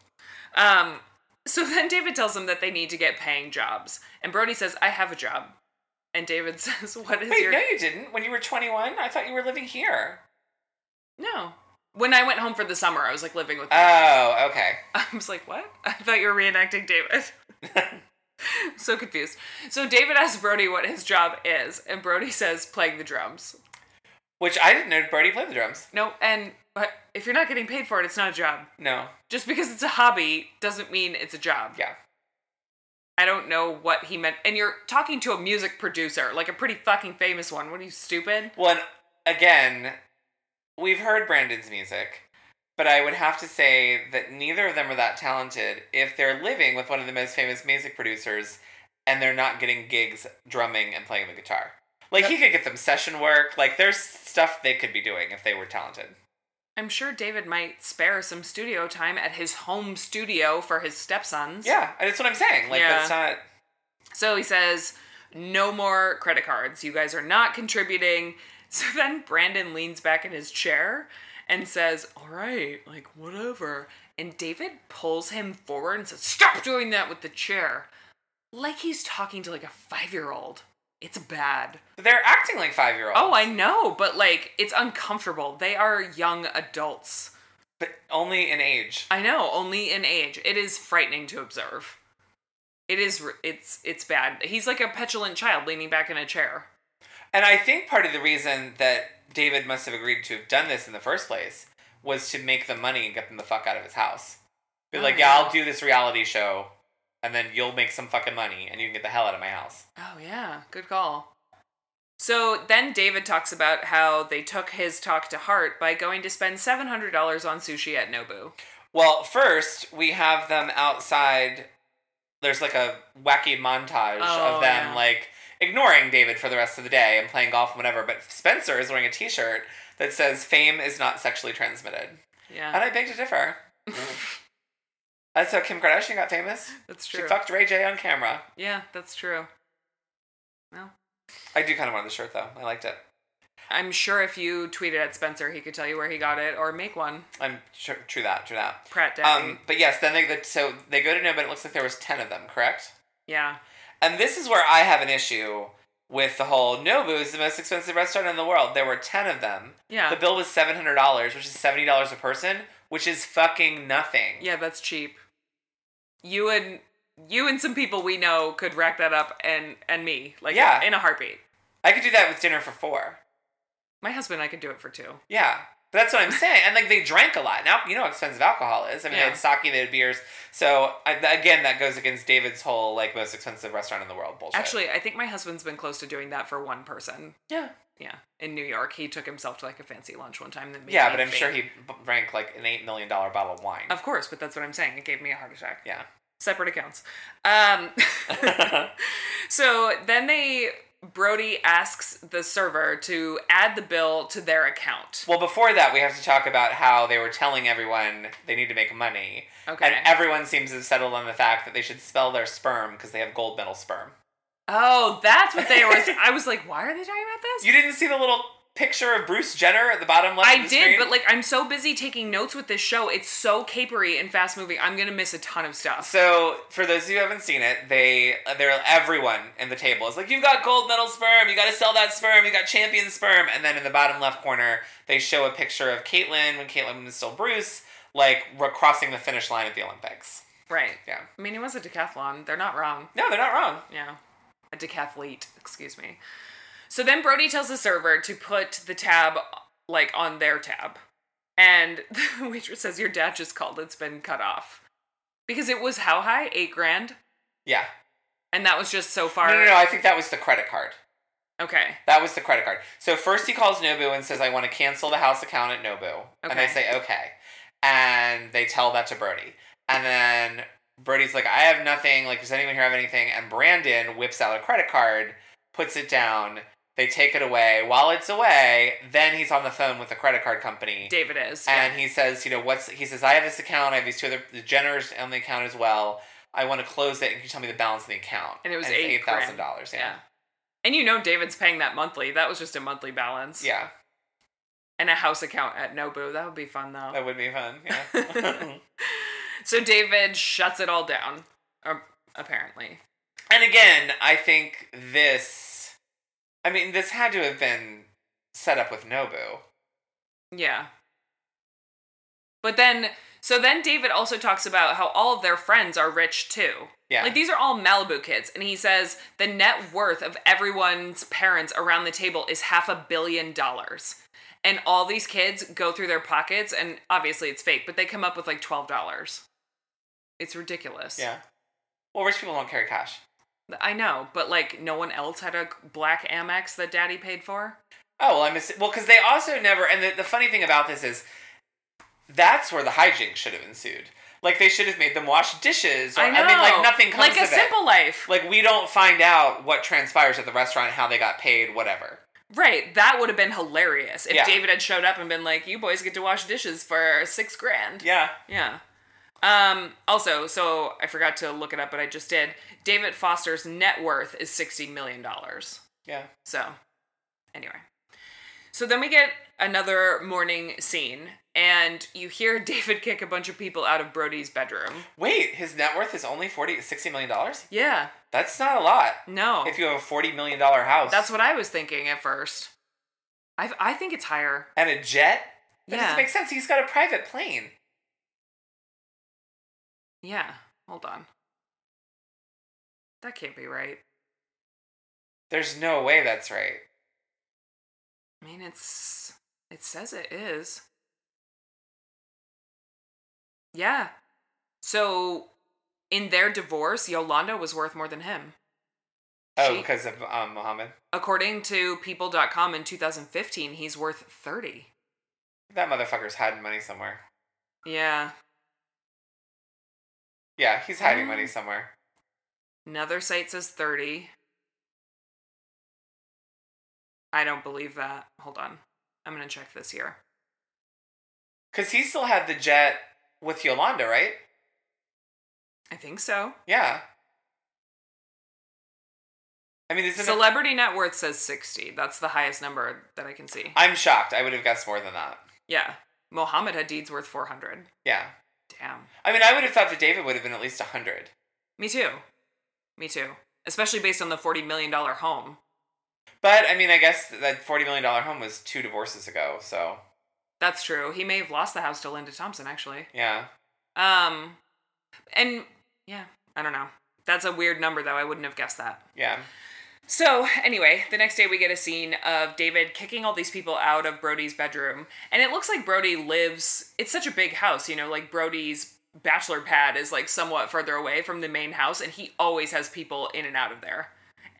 Speaker 2: um, so then David tells them that they need to get paying jobs, and Brody says, "I have a job," and David says, "What is
Speaker 1: Wait,
Speaker 2: your
Speaker 1: no, you didn't. When you were 21, I thought you were living here.
Speaker 2: no?" When I went home for the summer, I was like living with. my
Speaker 1: Oh, okay.
Speaker 2: I was like, what? I thought you were reenacting David. so confused. So David asks Brody what his job is, and Brody says, "Playing the drums."
Speaker 1: Which I didn't know Brody played the drums.
Speaker 2: No, and but if you're not getting paid for it, it's not a job.
Speaker 1: No.
Speaker 2: Just because it's a hobby doesn't mean it's a job.
Speaker 1: Yeah.
Speaker 2: I don't know what he meant. And you're talking to a music producer, like a pretty fucking famous one. What are you stupid?
Speaker 1: Well, and again, we've heard Brandon's music, but I would have to say that neither of them are that talented if they're living with one of the most famous music producers and they're not getting gigs drumming and playing the guitar. Like, he could get them session work. Like, there's stuff they could be doing if they were talented.
Speaker 2: I'm sure David might spare some studio time at his home studio for his stepsons.
Speaker 1: Yeah, and that's what I'm saying. Like,
Speaker 2: Yeah.
Speaker 1: that's not.
Speaker 2: So he says, no more credit cards. You guys are not contributing. So then Brandon leans back in his chair and says, all right, like whatever. And David pulls him forward and says, Stop doing that with the chair. Like he's talking to like a five year old. It's bad.
Speaker 1: They're acting like five year olds.
Speaker 2: Oh, I know, but like it's uncomfortable. They are young adults.
Speaker 1: But only in age.
Speaker 2: I know, only in age. It is frightening to observe. It is r- it's it's bad. He's like a petulant child leaning back in a chair.
Speaker 1: And I think part of the reason that David must have agreed to have done this in the first place was to make the money and get them the fuck out of his house. Be
Speaker 2: Oh,
Speaker 1: like, yeah,
Speaker 2: yeah.
Speaker 1: I'll do this reality show, and then you'll make some fucking money, and you can get the hell out of my house.
Speaker 2: Oh yeah, good call. So then David talks about how they took his talk to heart by going to spend $700 on sushi at Nobu.
Speaker 1: Well, first we have them outside. There's like a wacky montage
Speaker 2: Oh,
Speaker 1: of them
Speaker 2: yeah.
Speaker 1: like ignoring David for the rest of the day and playing golf and whatever. But Spencer is wearing a T-shirt that says "Fame is not sexually transmitted,"
Speaker 2: Yeah.
Speaker 1: and I beg to differ. That's how Kim Kardashian got famous.
Speaker 2: That's
Speaker 1: She
Speaker 2: true.
Speaker 1: fucked Ray J on camera.
Speaker 2: Yeah, that's true.
Speaker 1: I do kind of want the shirt though. I liked it.
Speaker 2: I'm sure if you tweeted at Spencer, he could tell you where he got it or make one.
Speaker 1: I'm sure, true that, true that.
Speaker 2: Pratt Daddy.
Speaker 1: Um, but yes, then they the, so they go to know, but it looks like there was ten of them, correct?
Speaker 2: yeah.
Speaker 1: And this is where I have an issue with the whole Nobu is the most expensive restaurant in the world. There were ten of them.
Speaker 2: Yeah.
Speaker 1: The bill was seven hundred dollars, which is seventy dollars a person, which is fucking nothing.
Speaker 2: yeah, that's cheap. You and you and some people we know could rack that up and and me. Like
Speaker 1: Yeah.
Speaker 2: in a heartbeat.
Speaker 1: I could do that with dinner for four.
Speaker 2: My husband I could do it for two.
Speaker 1: Yeah. But that's what I'm saying. And like they drank a lot. Now you know how expensive alcohol is. I mean,
Speaker 2: Yeah.
Speaker 1: they had sake, they had beers. So I, again, that goes against David's whole like most expensive restaurant in the world bullshit.
Speaker 2: Actually, I think my husband's been close to doing that for one person.
Speaker 1: yeah.
Speaker 2: Yeah. In New York. He took himself to like a fancy lunch one time that made
Speaker 1: Yeah,
Speaker 2: me
Speaker 1: but I'm sure
Speaker 2: faint.
Speaker 1: he b- drank like an eight million dollar bottle of wine.
Speaker 2: Of course, but that's what I'm saying. It gave me a heart attack.
Speaker 1: yeah.
Speaker 2: Separate accounts. Um So then they Brody asks the server to add the bill to their account.
Speaker 1: well, before that, we have to talk about how they were telling everyone they need to make money,
Speaker 2: Okay.
Speaker 1: and everyone seems to have settled on the fact that they should spell their sperm because they have gold medal sperm.
Speaker 2: oh, that's what they were. I was like, why are they talking about this?
Speaker 1: You didn't see the little picture of Bruce Jenner at the bottom left.
Speaker 2: I
Speaker 1: of the
Speaker 2: did,
Speaker 1: screen?
Speaker 2: but like, I'm so busy taking notes with this show. It's so capery and fast moving. I'm gonna miss a ton of stuff.
Speaker 1: So, for those who haven't seen it, they they're everyone in the table is like, "You've got gold medal sperm. You got to sell that sperm. You got champion sperm." And then in the bottom left corner, they show a picture of Caitlyn when Caitlyn was still Bruce, like we're crossing the finish line at the Olympics.
Speaker 2: Right.
Speaker 1: Yeah.
Speaker 2: I mean, it was a decathlon. They're not wrong.
Speaker 1: No, they're not wrong.
Speaker 2: Yeah. A decathlete, excuse me. So then Brody tells the server to put the tab like on their tab. And the waitress says, Your dad just called, it's been cut off. Because it was how high? Eight grand?
Speaker 1: Yeah.
Speaker 2: And that was just so
Speaker 1: No,
Speaker 2: far.
Speaker 1: no, no. I think that was the credit card.
Speaker 2: Okay.
Speaker 1: That was the credit card. So first he calls Nobu and says, "I want to cancel the house account at Nobu," and they
Speaker 2: Okay.
Speaker 1: say, "Okay," and they tell that to Brody, and then Brody's like, "I have nothing. Like, does anyone here have anything?" And Brandon whips out a credit card, puts it down. They take it away. While it's away, then he's on the phone with the credit card company.
Speaker 2: David is. yeah.
Speaker 1: And he says, you know, what's he says, I have this account, I have these two other the Jenner's on the account as well. I want to close it and can you tell me the balance in the account?
Speaker 2: And it was
Speaker 1: it's
Speaker 2: eight
Speaker 1: eight
Speaker 2: grand.
Speaker 1: thousand dollars.
Speaker 2: yeah. And you know David's paying that monthly. That was just a monthly balance.
Speaker 1: Yeah.
Speaker 2: And a house account at Nobu. That would be fun though.
Speaker 1: That would be fun. Yeah.
Speaker 2: So David shuts it all down. Or apparently.
Speaker 1: And again, I think this. I mean, this had to have been set up with Nobu.
Speaker 2: Yeah. But then, so then David also talks about how all of their friends are rich too.
Speaker 1: Yeah.
Speaker 2: Like these are all Malibu kids. And he says the net worth of everyone's parents around the table is half a billion dollars. And all these kids go through their pockets, and obviously it's fake, but they come up with like $12. It's ridiculous.
Speaker 1: yeah. Well, rich people don't carry cash.
Speaker 2: I know, but like no one else had a black Amex that daddy paid for.
Speaker 1: Oh well, I'm ass- well because they also never. And the, the funny thing about this is, that's where the hijinks should have ensued. Like they should have made them wash dishes. Or,
Speaker 2: I know.
Speaker 1: mean, like nothing comes
Speaker 2: Like a
Speaker 1: of it.
Speaker 2: simple life.
Speaker 1: Like we don't find out what transpires at the restaurant, how they got paid, whatever.
Speaker 2: Right, that would have been hilarious if
Speaker 1: Yeah.
Speaker 2: David had showed up and been like, "You boys get to wash dishes for six grand."
Speaker 1: Yeah.
Speaker 2: Yeah. Um, also, so I forgot to look it up, but I just did. David Foster's net worth is sixty million dollars.
Speaker 1: Yeah.
Speaker 2: So, anyway, so then we get another morning scene and you hear David kick a bunch of people out of Brody's bedroom.
Speaker 1: Wait, his net worth is only 40 60 million dollars?
Speaker 2: Yeah.
Speaker 1: That's not a lot.
Speaker 2: No.
Speaker 1: If you have a 40 million dollar house
Speaker 2: That's what I was thinking at first. I I think it's higher.
Speaker 1: and a jet, that
Speaker 2: yeah.
Speaker 1: doesn't make sense. He's got a private plane.
Speaker 2: yeah. Hold on. That can't be right.
Speaker 1: There's no way that's right.
Speaker 2: I mean, it's it says it is. Yeah. So in their divorce, Yolanda was worth more than him.
Speaker 1: Oh,
Speaker 2: She-
Speaker 1: because of um Mohammed.
Speaker 2: According to people.com in 2015, he's worth 30.
Speaker 1: That motherfucker's hiding money somewhere.
Speaker 2: Yeah.
Speaker 1: Yeah, he's hiding
Speaker 2: Mm.
Speaker 1: money somewhere.
Speaker 2: Another site says 30. I don't believe that. Hold on. I'm going to check this here.
Speaker 1: Cause he still had the jet with Yolanda, right?
Speaker 2: I think so.
Speaker 1: Yeah. I mean, isn't it-
Speaker 2: Celebrity net worth says 60. That's the highest number that I can see.
Speaker 1: I'm shocked. I would have guessed more than that.
Speaker 2: Yeah. Mohammed had deeds worth 400.
Speaker 1: Yeah.
Speaker 2: Damn.
Speaker 1: I mean, I would have thought that David would have been at least 100.
Speaker 2: Me too. Me too. Especially based on the $40 million home.
Speaker 1: But, I mean, I guess that $40 million home was two divorces ago, so,
Speaker 2: That's true. He may have lost the house to Linda Thompson, actually.
Speaker 1: yeah.
Speaker 2: Um, and yeah, I don't know. That's a weird number, though. I wouldn't have guessed that.
Speaker 1: Yeah.
Speaker 2: So, anyway, the next day we get a scene of David kicking all these people out of Brody's bedroom. And it looks like Brody lives, it's such a big house, you know, like Brody's bachelor pad is like somewhat further away from the main house, and he always has people in and out of there.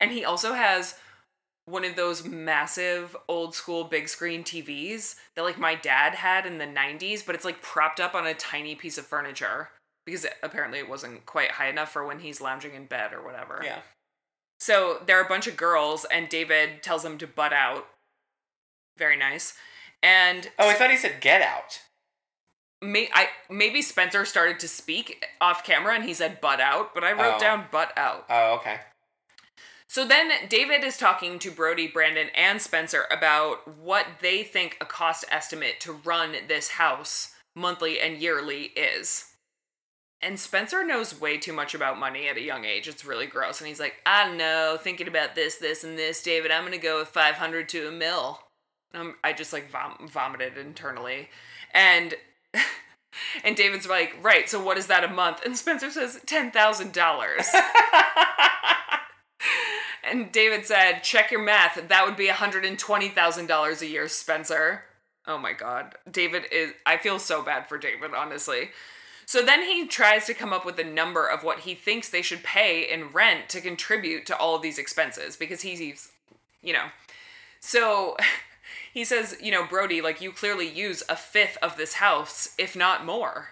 Speaker 2: And he also has one of those massive old school big screen TVs that like my dad had in the 90s, but it's like propped up on a tiny piece of furniture because apparently it wasn't quite high enough for when he's lounging in bed or whatever.
Speaker 1: Yeah.
Speaker 2: So there are a bunch of girls, and David tells them to butt out. Very nice. And
Speaker 1: Oh, I thought he said get out.
Speaker 2: may, I, maybe Spencer started to speak off camera and he said butt out, but I wrote
Speaker 1: Oh.
Speaker 2: down butt out.
Speaker 1: Oh, okay.
Speaker 2: So then David is talking to Brody, Brandon, and Spencer about what they think a cost estimate to run this house monthly and yearly is. And Spencer knows way too much about money at a young age. It's really gross. And he's like, I don't know, thinking about this, this, and this, David, I'm going to go with 500 to a mil. Um, I just like vom- vomited internally. And. And David's like, right, so what is that a month? And Spencer says, $10,000. And David said, check your math. That would be $120,000 a year, Spencer. Oh my God. David is, I feel so bad for David, honestly. So then he tries to come up with a number of what he thinks they should pay in rent to contribute to all of these expenses because he's, you know. So he says, you know, Brody, like you clearly use a fifth of this house, if not more,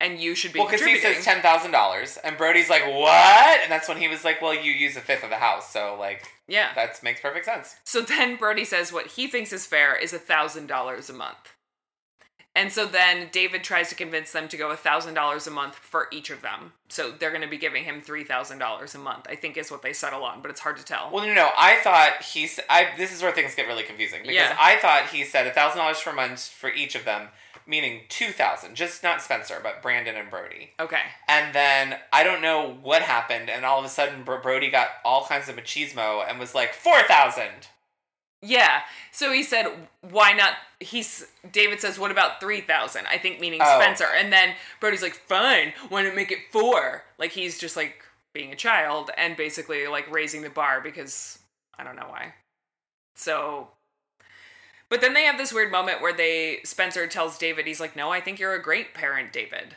Speaker 2: and you should be
Speaker 1: Well, because he
Speaker 2: contributing.
Speaker 1: says $10,000, and Brody's like, what? And that's when he was like, well, you use a fifth of the house, so, like,
Speaker 2: yeah.
Speaker 1: that makes perfect sense.
Speaker 2: So then Brody says what he thinks is fair is $1,000 a month. And so then David tries to convince them to go $1,000 a month for each of them. So they're going to be giving him $3,000 a month, I think is what they settle on, but it's hard to tell.
Speaker 1: Well, no, no. I thought he. s- I this is where things get really confusing because
Speaker 2: Yeah.
Speaker 1: I thought he said a thousand dollars per month for each of them, meaning two thousand, just not Spencer, but Brandon and Brody.
Speaker 2: Okay.
Speaker 1: And then I don't know what happened, and all of a sudden Bro- Brody got all kinds of machismo and was like four thousand.
Speaker 2: Yeah. So he said, why not? He's David says, what about 3,000? I think meaning
Speaker 1: Oh.
Speaker 2: Spencer. And then Brody's like, fine, why not make it four? Like he's just like being a child and basically like raising the bar because I don't know why. So, but then they have this weird moment where they, Spencer tells David, he's like, no, I think you're a great parent, David.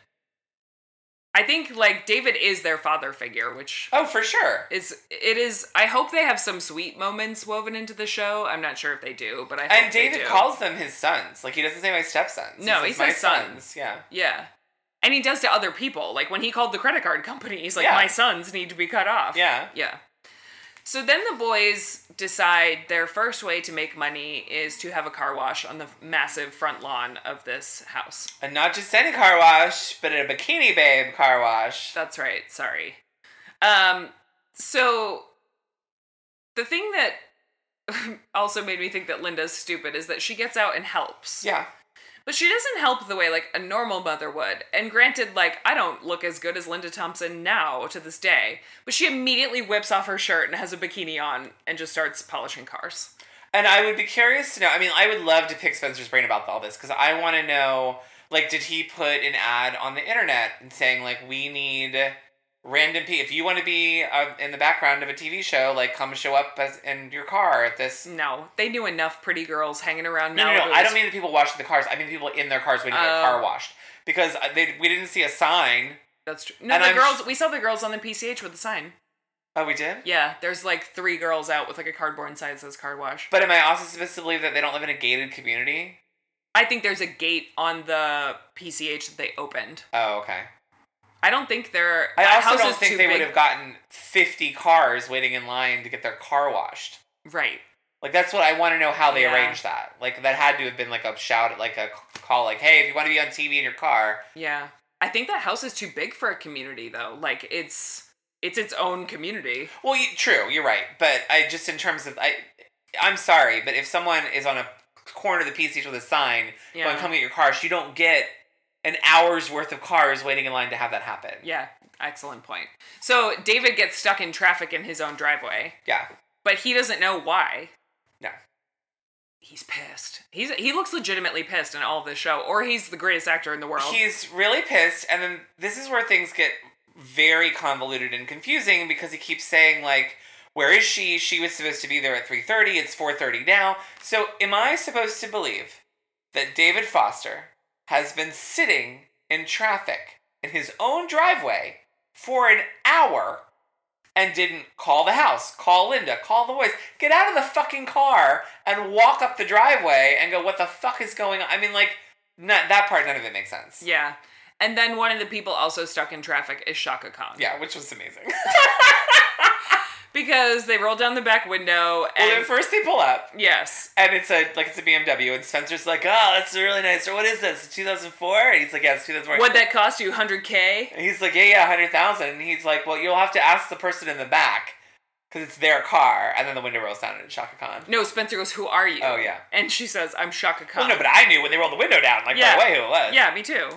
Speaker 2: I think like David is their father figure, which
Speaker 1: Oh, for sure.
Speaker 2: is it is I hope they have some sweet moments woven into the show. I'm not sure if they do, but I hope
Speaker 1: And
Speaker 2: they
Speaker 1: David
Speaker 2: do.
Speaker 1: calls them his sons. Like he doesn't say my stepsons.
Speaker 2: No, he
Speaker 1: my
Speaker 2: says sons.
Speaker 1: Yeah.
Speaker 2: Yeah. And he does to other people. Like when he called the credit card company, he's like,
Speaker 1: Yeah.
Speaker 2: My sons need to be cut off.
Speaker 1: Yeah.
Speaker 2: Yeah. So then the boys decide their first way to make money is to have a car wash on the massive front lawn of this house.
Speaker 1: And not just any car wash, but a bikini babe car wash.
Speaker 2: That's right. Sorry. Um, so the thing that also made me think that Linda's stupid is that she gets out and helps.
Speaker 1: Yeah.
Speaker 2: But she doesn't help the way like a normal mother would. And granted, like I don't look as good as Linda Thompson now to this day, but she immediately whips off her shirt and has a bikini on and just starts polishing cars.
Speaker 1: And I would be curious to know. I mean, I would love to pick Spencer's brain about all this because I want to know. Like, did he put an ad on the internet and saying like, we need random people? If you want to be uh, in the background of a TV show, like, come show up as, in your car at this.
Speaker 2: No, they knew enough pretty girls hanging around
Speaker 1: No, no,
Speaker 2: Malibu's.
Speaker 1: no. I don't mean the people washing the cars. I mean the people in their cars waiting to get their
Speaker 2: Oh.
Speaker 1: car washed because uh, they we didn't see a sign.
Speaker 2: That's true. No,
Speaker 1: And
Speaker 2: the
Speaker 1: I'm
Speaker 2: girls. we saw the girls on the PCH with the sign.
Speaker 1: Oh, we did.
Speaker 2: Yeah, there's like three girls out with like a cardboard sign that says "Card Wash."
Speaker 1: But am I also supposed to believe that they don't live in a gated community?
Speaker 2: I think there's a gate on the PCH that they opened.
Speaker 1: Oh, okay.
Speaker 2: I don't think they're. that
Speaker 1: I also
Speaker 2: house
Speaker 1: don't
Speaker 2: is
Speaker 1: think
Speaker 2: too
Speaker 1: they
Speaker 2: big.
Speaker 1: would have gotten 50 cars waiting in line to get their car washed.
Speaker 2: Right.
Speaker 1: Like that's what I want to know how they
Speaker 2: Yeah.
Speaker 1: arranged that. Like that had to have been like a shout, like a call, like hey, if you want to be on TV in your car,
Speaker 2: Yeah. I think that house is too big for a community though. Like it's it's its own community.
Speaker 1: well, you, true, you're right. But I just in terms of I, I'm sorry, but if someone is on a corner of the PC with a sign
Speaker 2: Yeah.
Speaker 1: going come get your cars, you don't get an hour's worth of cars waiting in line to have that happen.
Speaker 2: yeah. Excellent point. So David gets stuck in traffic in his own driveway,
Speaker 1: Yeah.
Speaker 2: but he doesn't know why.
Speaker 1: No.
Speaker 2: He's pissed. He's he looks legitimately pissed in all this show, or he's the greatest actor in the world.
Speaker 1: He's really pissed, and then this is where things get very convoluted and confusing because he keeps saying like, "Where is she? She was supposed to be there at three thirty. It's four thirty now." So, am I supposed to believe that David Foster has been sitting in traffic in his own driveway for an hour? And didn't call the house, call Linda, call the boys, get out of the fucking car and walk up the driveway and go, what the fuck is going on? I mean, like, not, that part, none of it makes sense.
Speaker 2: yeah. And then one of the people also stuck in traffic is Shaka Khan.
Speaker 1: Yeah, which was amazing.
Speaker 2: Because they roll down the back window and
Speaker 1: well, then first they pull up,
Speaker 2: yes.
Speaker 1: and it's a like it's a BMW, and Spencer's like, "Oh, that's really nice." Or what is this? 2004? And he's like, "Yeah, it's 2004."
Speaker 2: What'd that cost you? 100K?
Speaker 1: And he's like, "Yeah, yeah, hundred thousand. And he's like, "Well, you'll have to ask the person in the back, because it's their car." And then the window rolls down, and it's Shaka Khan.
Speaker 2: No, Spencer goes, Who are you?
Speaker 1: Oh yeah.
Speaker 2: And she says, I'm Shaka Khan.
Speaker 1: Well, no, but I knew when they rolled the window down, like
Speaker 2: Yeah.
Speaker 1: by the way, who it was.
Speaker 2: yeah, me too.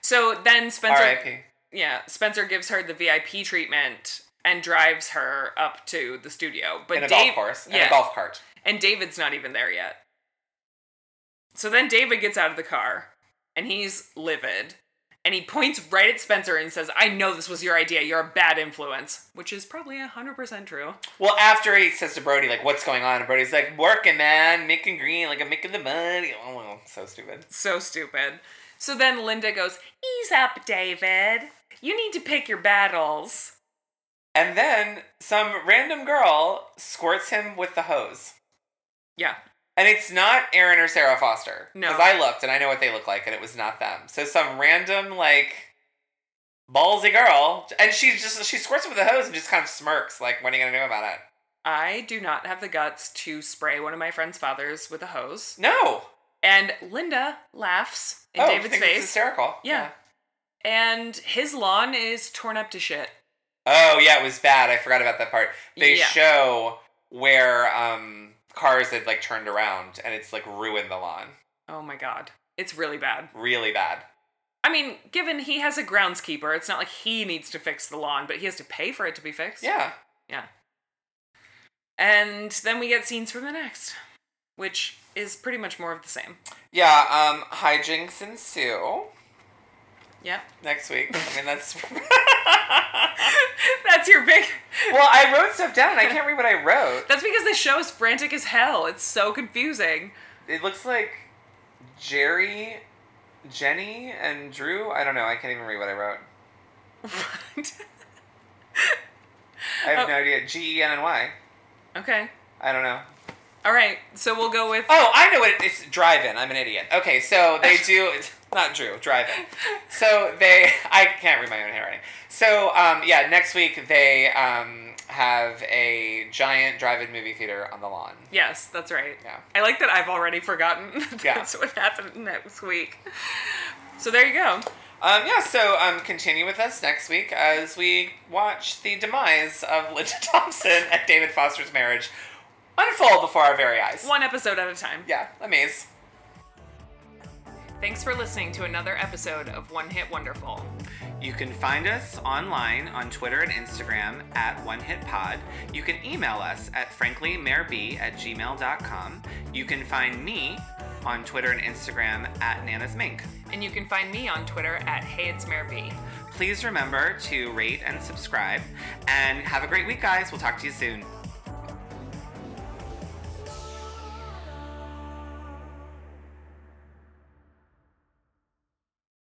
Speaker 2: So then Spencer,
Speaker 1: R.I.P.
Speaker 2: yeah, Spencer gives her the VIP treatment and drives her up to the studio. But
Speaker 1: In a
Speaker 2: Dave,
Speaker 1: golf course, in
Speaker 2: yeah,
Speaker 1: a golf cart.
Speaker 2: and David's not even there yet. So then David gets out of the car and he's livid. And he points right at Spencer and says, I know this was your idea. You're a bad influence. Which is probably 100% true.
Speaker 1: Well, after he says to Brody, like, "What's going on?" And Brody's like, "Working, man, making green, like I'm making the money." Oh, so stupid.
Speaker 2: So stupid. So then Linda goes, Ease up, David. You need to pick your battles.
Speaker 1: And then some random girl squirts him with the hose.
Speaker 2: Yeah.
Speaker 1: And it's not Aaron or Sarah Foster.
Speaker 2: No.
Speaker 1: Because I looked and I know what they look like and it was not them. So some random, like, ballsy girl. And she just, she squirts him with a hose and just kind of smirks, like, what are you going to do about it?
Speaker 2: I do not have the guts to spray one of my friend's fathers with a hose.
Speaker 1: No.
Speaker 2: And Linda laughs in
Speaker 1: oh, you
Speaker 2: David's
Speaker 1: think it's
Speaker 2: face.
Speaker 1: hysterical.
Speaker 2: Yeah. And his lawn is torn up to shit.
Speaker 1: Oh, yeah, it was bad. I forgot about that part. They
Speaker 2: Yeah.
Speaker 1: show where um, cars had, like, turned around and it's, like, ruined the lawn.
Speaker 2: Oh my god. It's really bad.
Speaker 1: Really bad.
Speaker 2: I mean, given he has a groundskeeper, it's not like he needs to fix the lawn, but he has to pay for it to be fixed.
Speaker 1: Yeah.
Speaker 2: And then we get scenes from the next, which is pretty much more of the same.
Speaker 1: Yeah, um, hijinks ensue.
Speaker 2: Yeah.
Speaker 1: next week. I mean, that's. well,
Speaker 2: That's your big.
Speaker 1: I wrote stuff down. I can't read what I wrote.
Speaker 2: That's because the show is frantic as hell. It's so confusing.
Speaker 1: It looks like Jerry, Jenny, and Drew. I don't know. I can't even read what I wrote. I have
Speaker 2: Oh.
Speaker 1: no idea. G E N N Y.
Speaker 2: okay.
Speaker 1: I don't know.
Speaker 2: All right. So we'll go with.
Speaker 1: Oh, I know what it, it's. Drive in. I'm an idiot. Okay, so they do. it's Not Drew. Drive in. So they. I can't read my own handwriting. So um, yeah, next week they um, have a giant drive-in movie theater on the lawn.
Speaker 2: Yes, that's right.
Speaker 1: Yeah.
Speaker 2: I like that I've already forgotten.
Speaker 1: Yeah.
Speaker 2: that's what happened next week. So there you go.
Speaker 1: Um, yeah, so um, continue with us next week as we watch the demise of Linda Thompson and David Foster's marriage unfold before our very eyes.
Speaker 2: One episode at a time.
Speaker 1: Yeah, amaze.
Speaker 2: Thanks for listening to another episode of One Hit Wonderful.
Speaker 1: You can find us online on Twitter and Instagram at One Hit Pod. You can email us at franklymareb at gmail.com. You can find me on Twitter and Instagram at Nana's Mink.
Speaker 2: And you can find me on Twitter at Hey It's Mare B.
Speaker 1: Please remember to rate and subscribe. And have a great week, guys. We'll talk to you soon.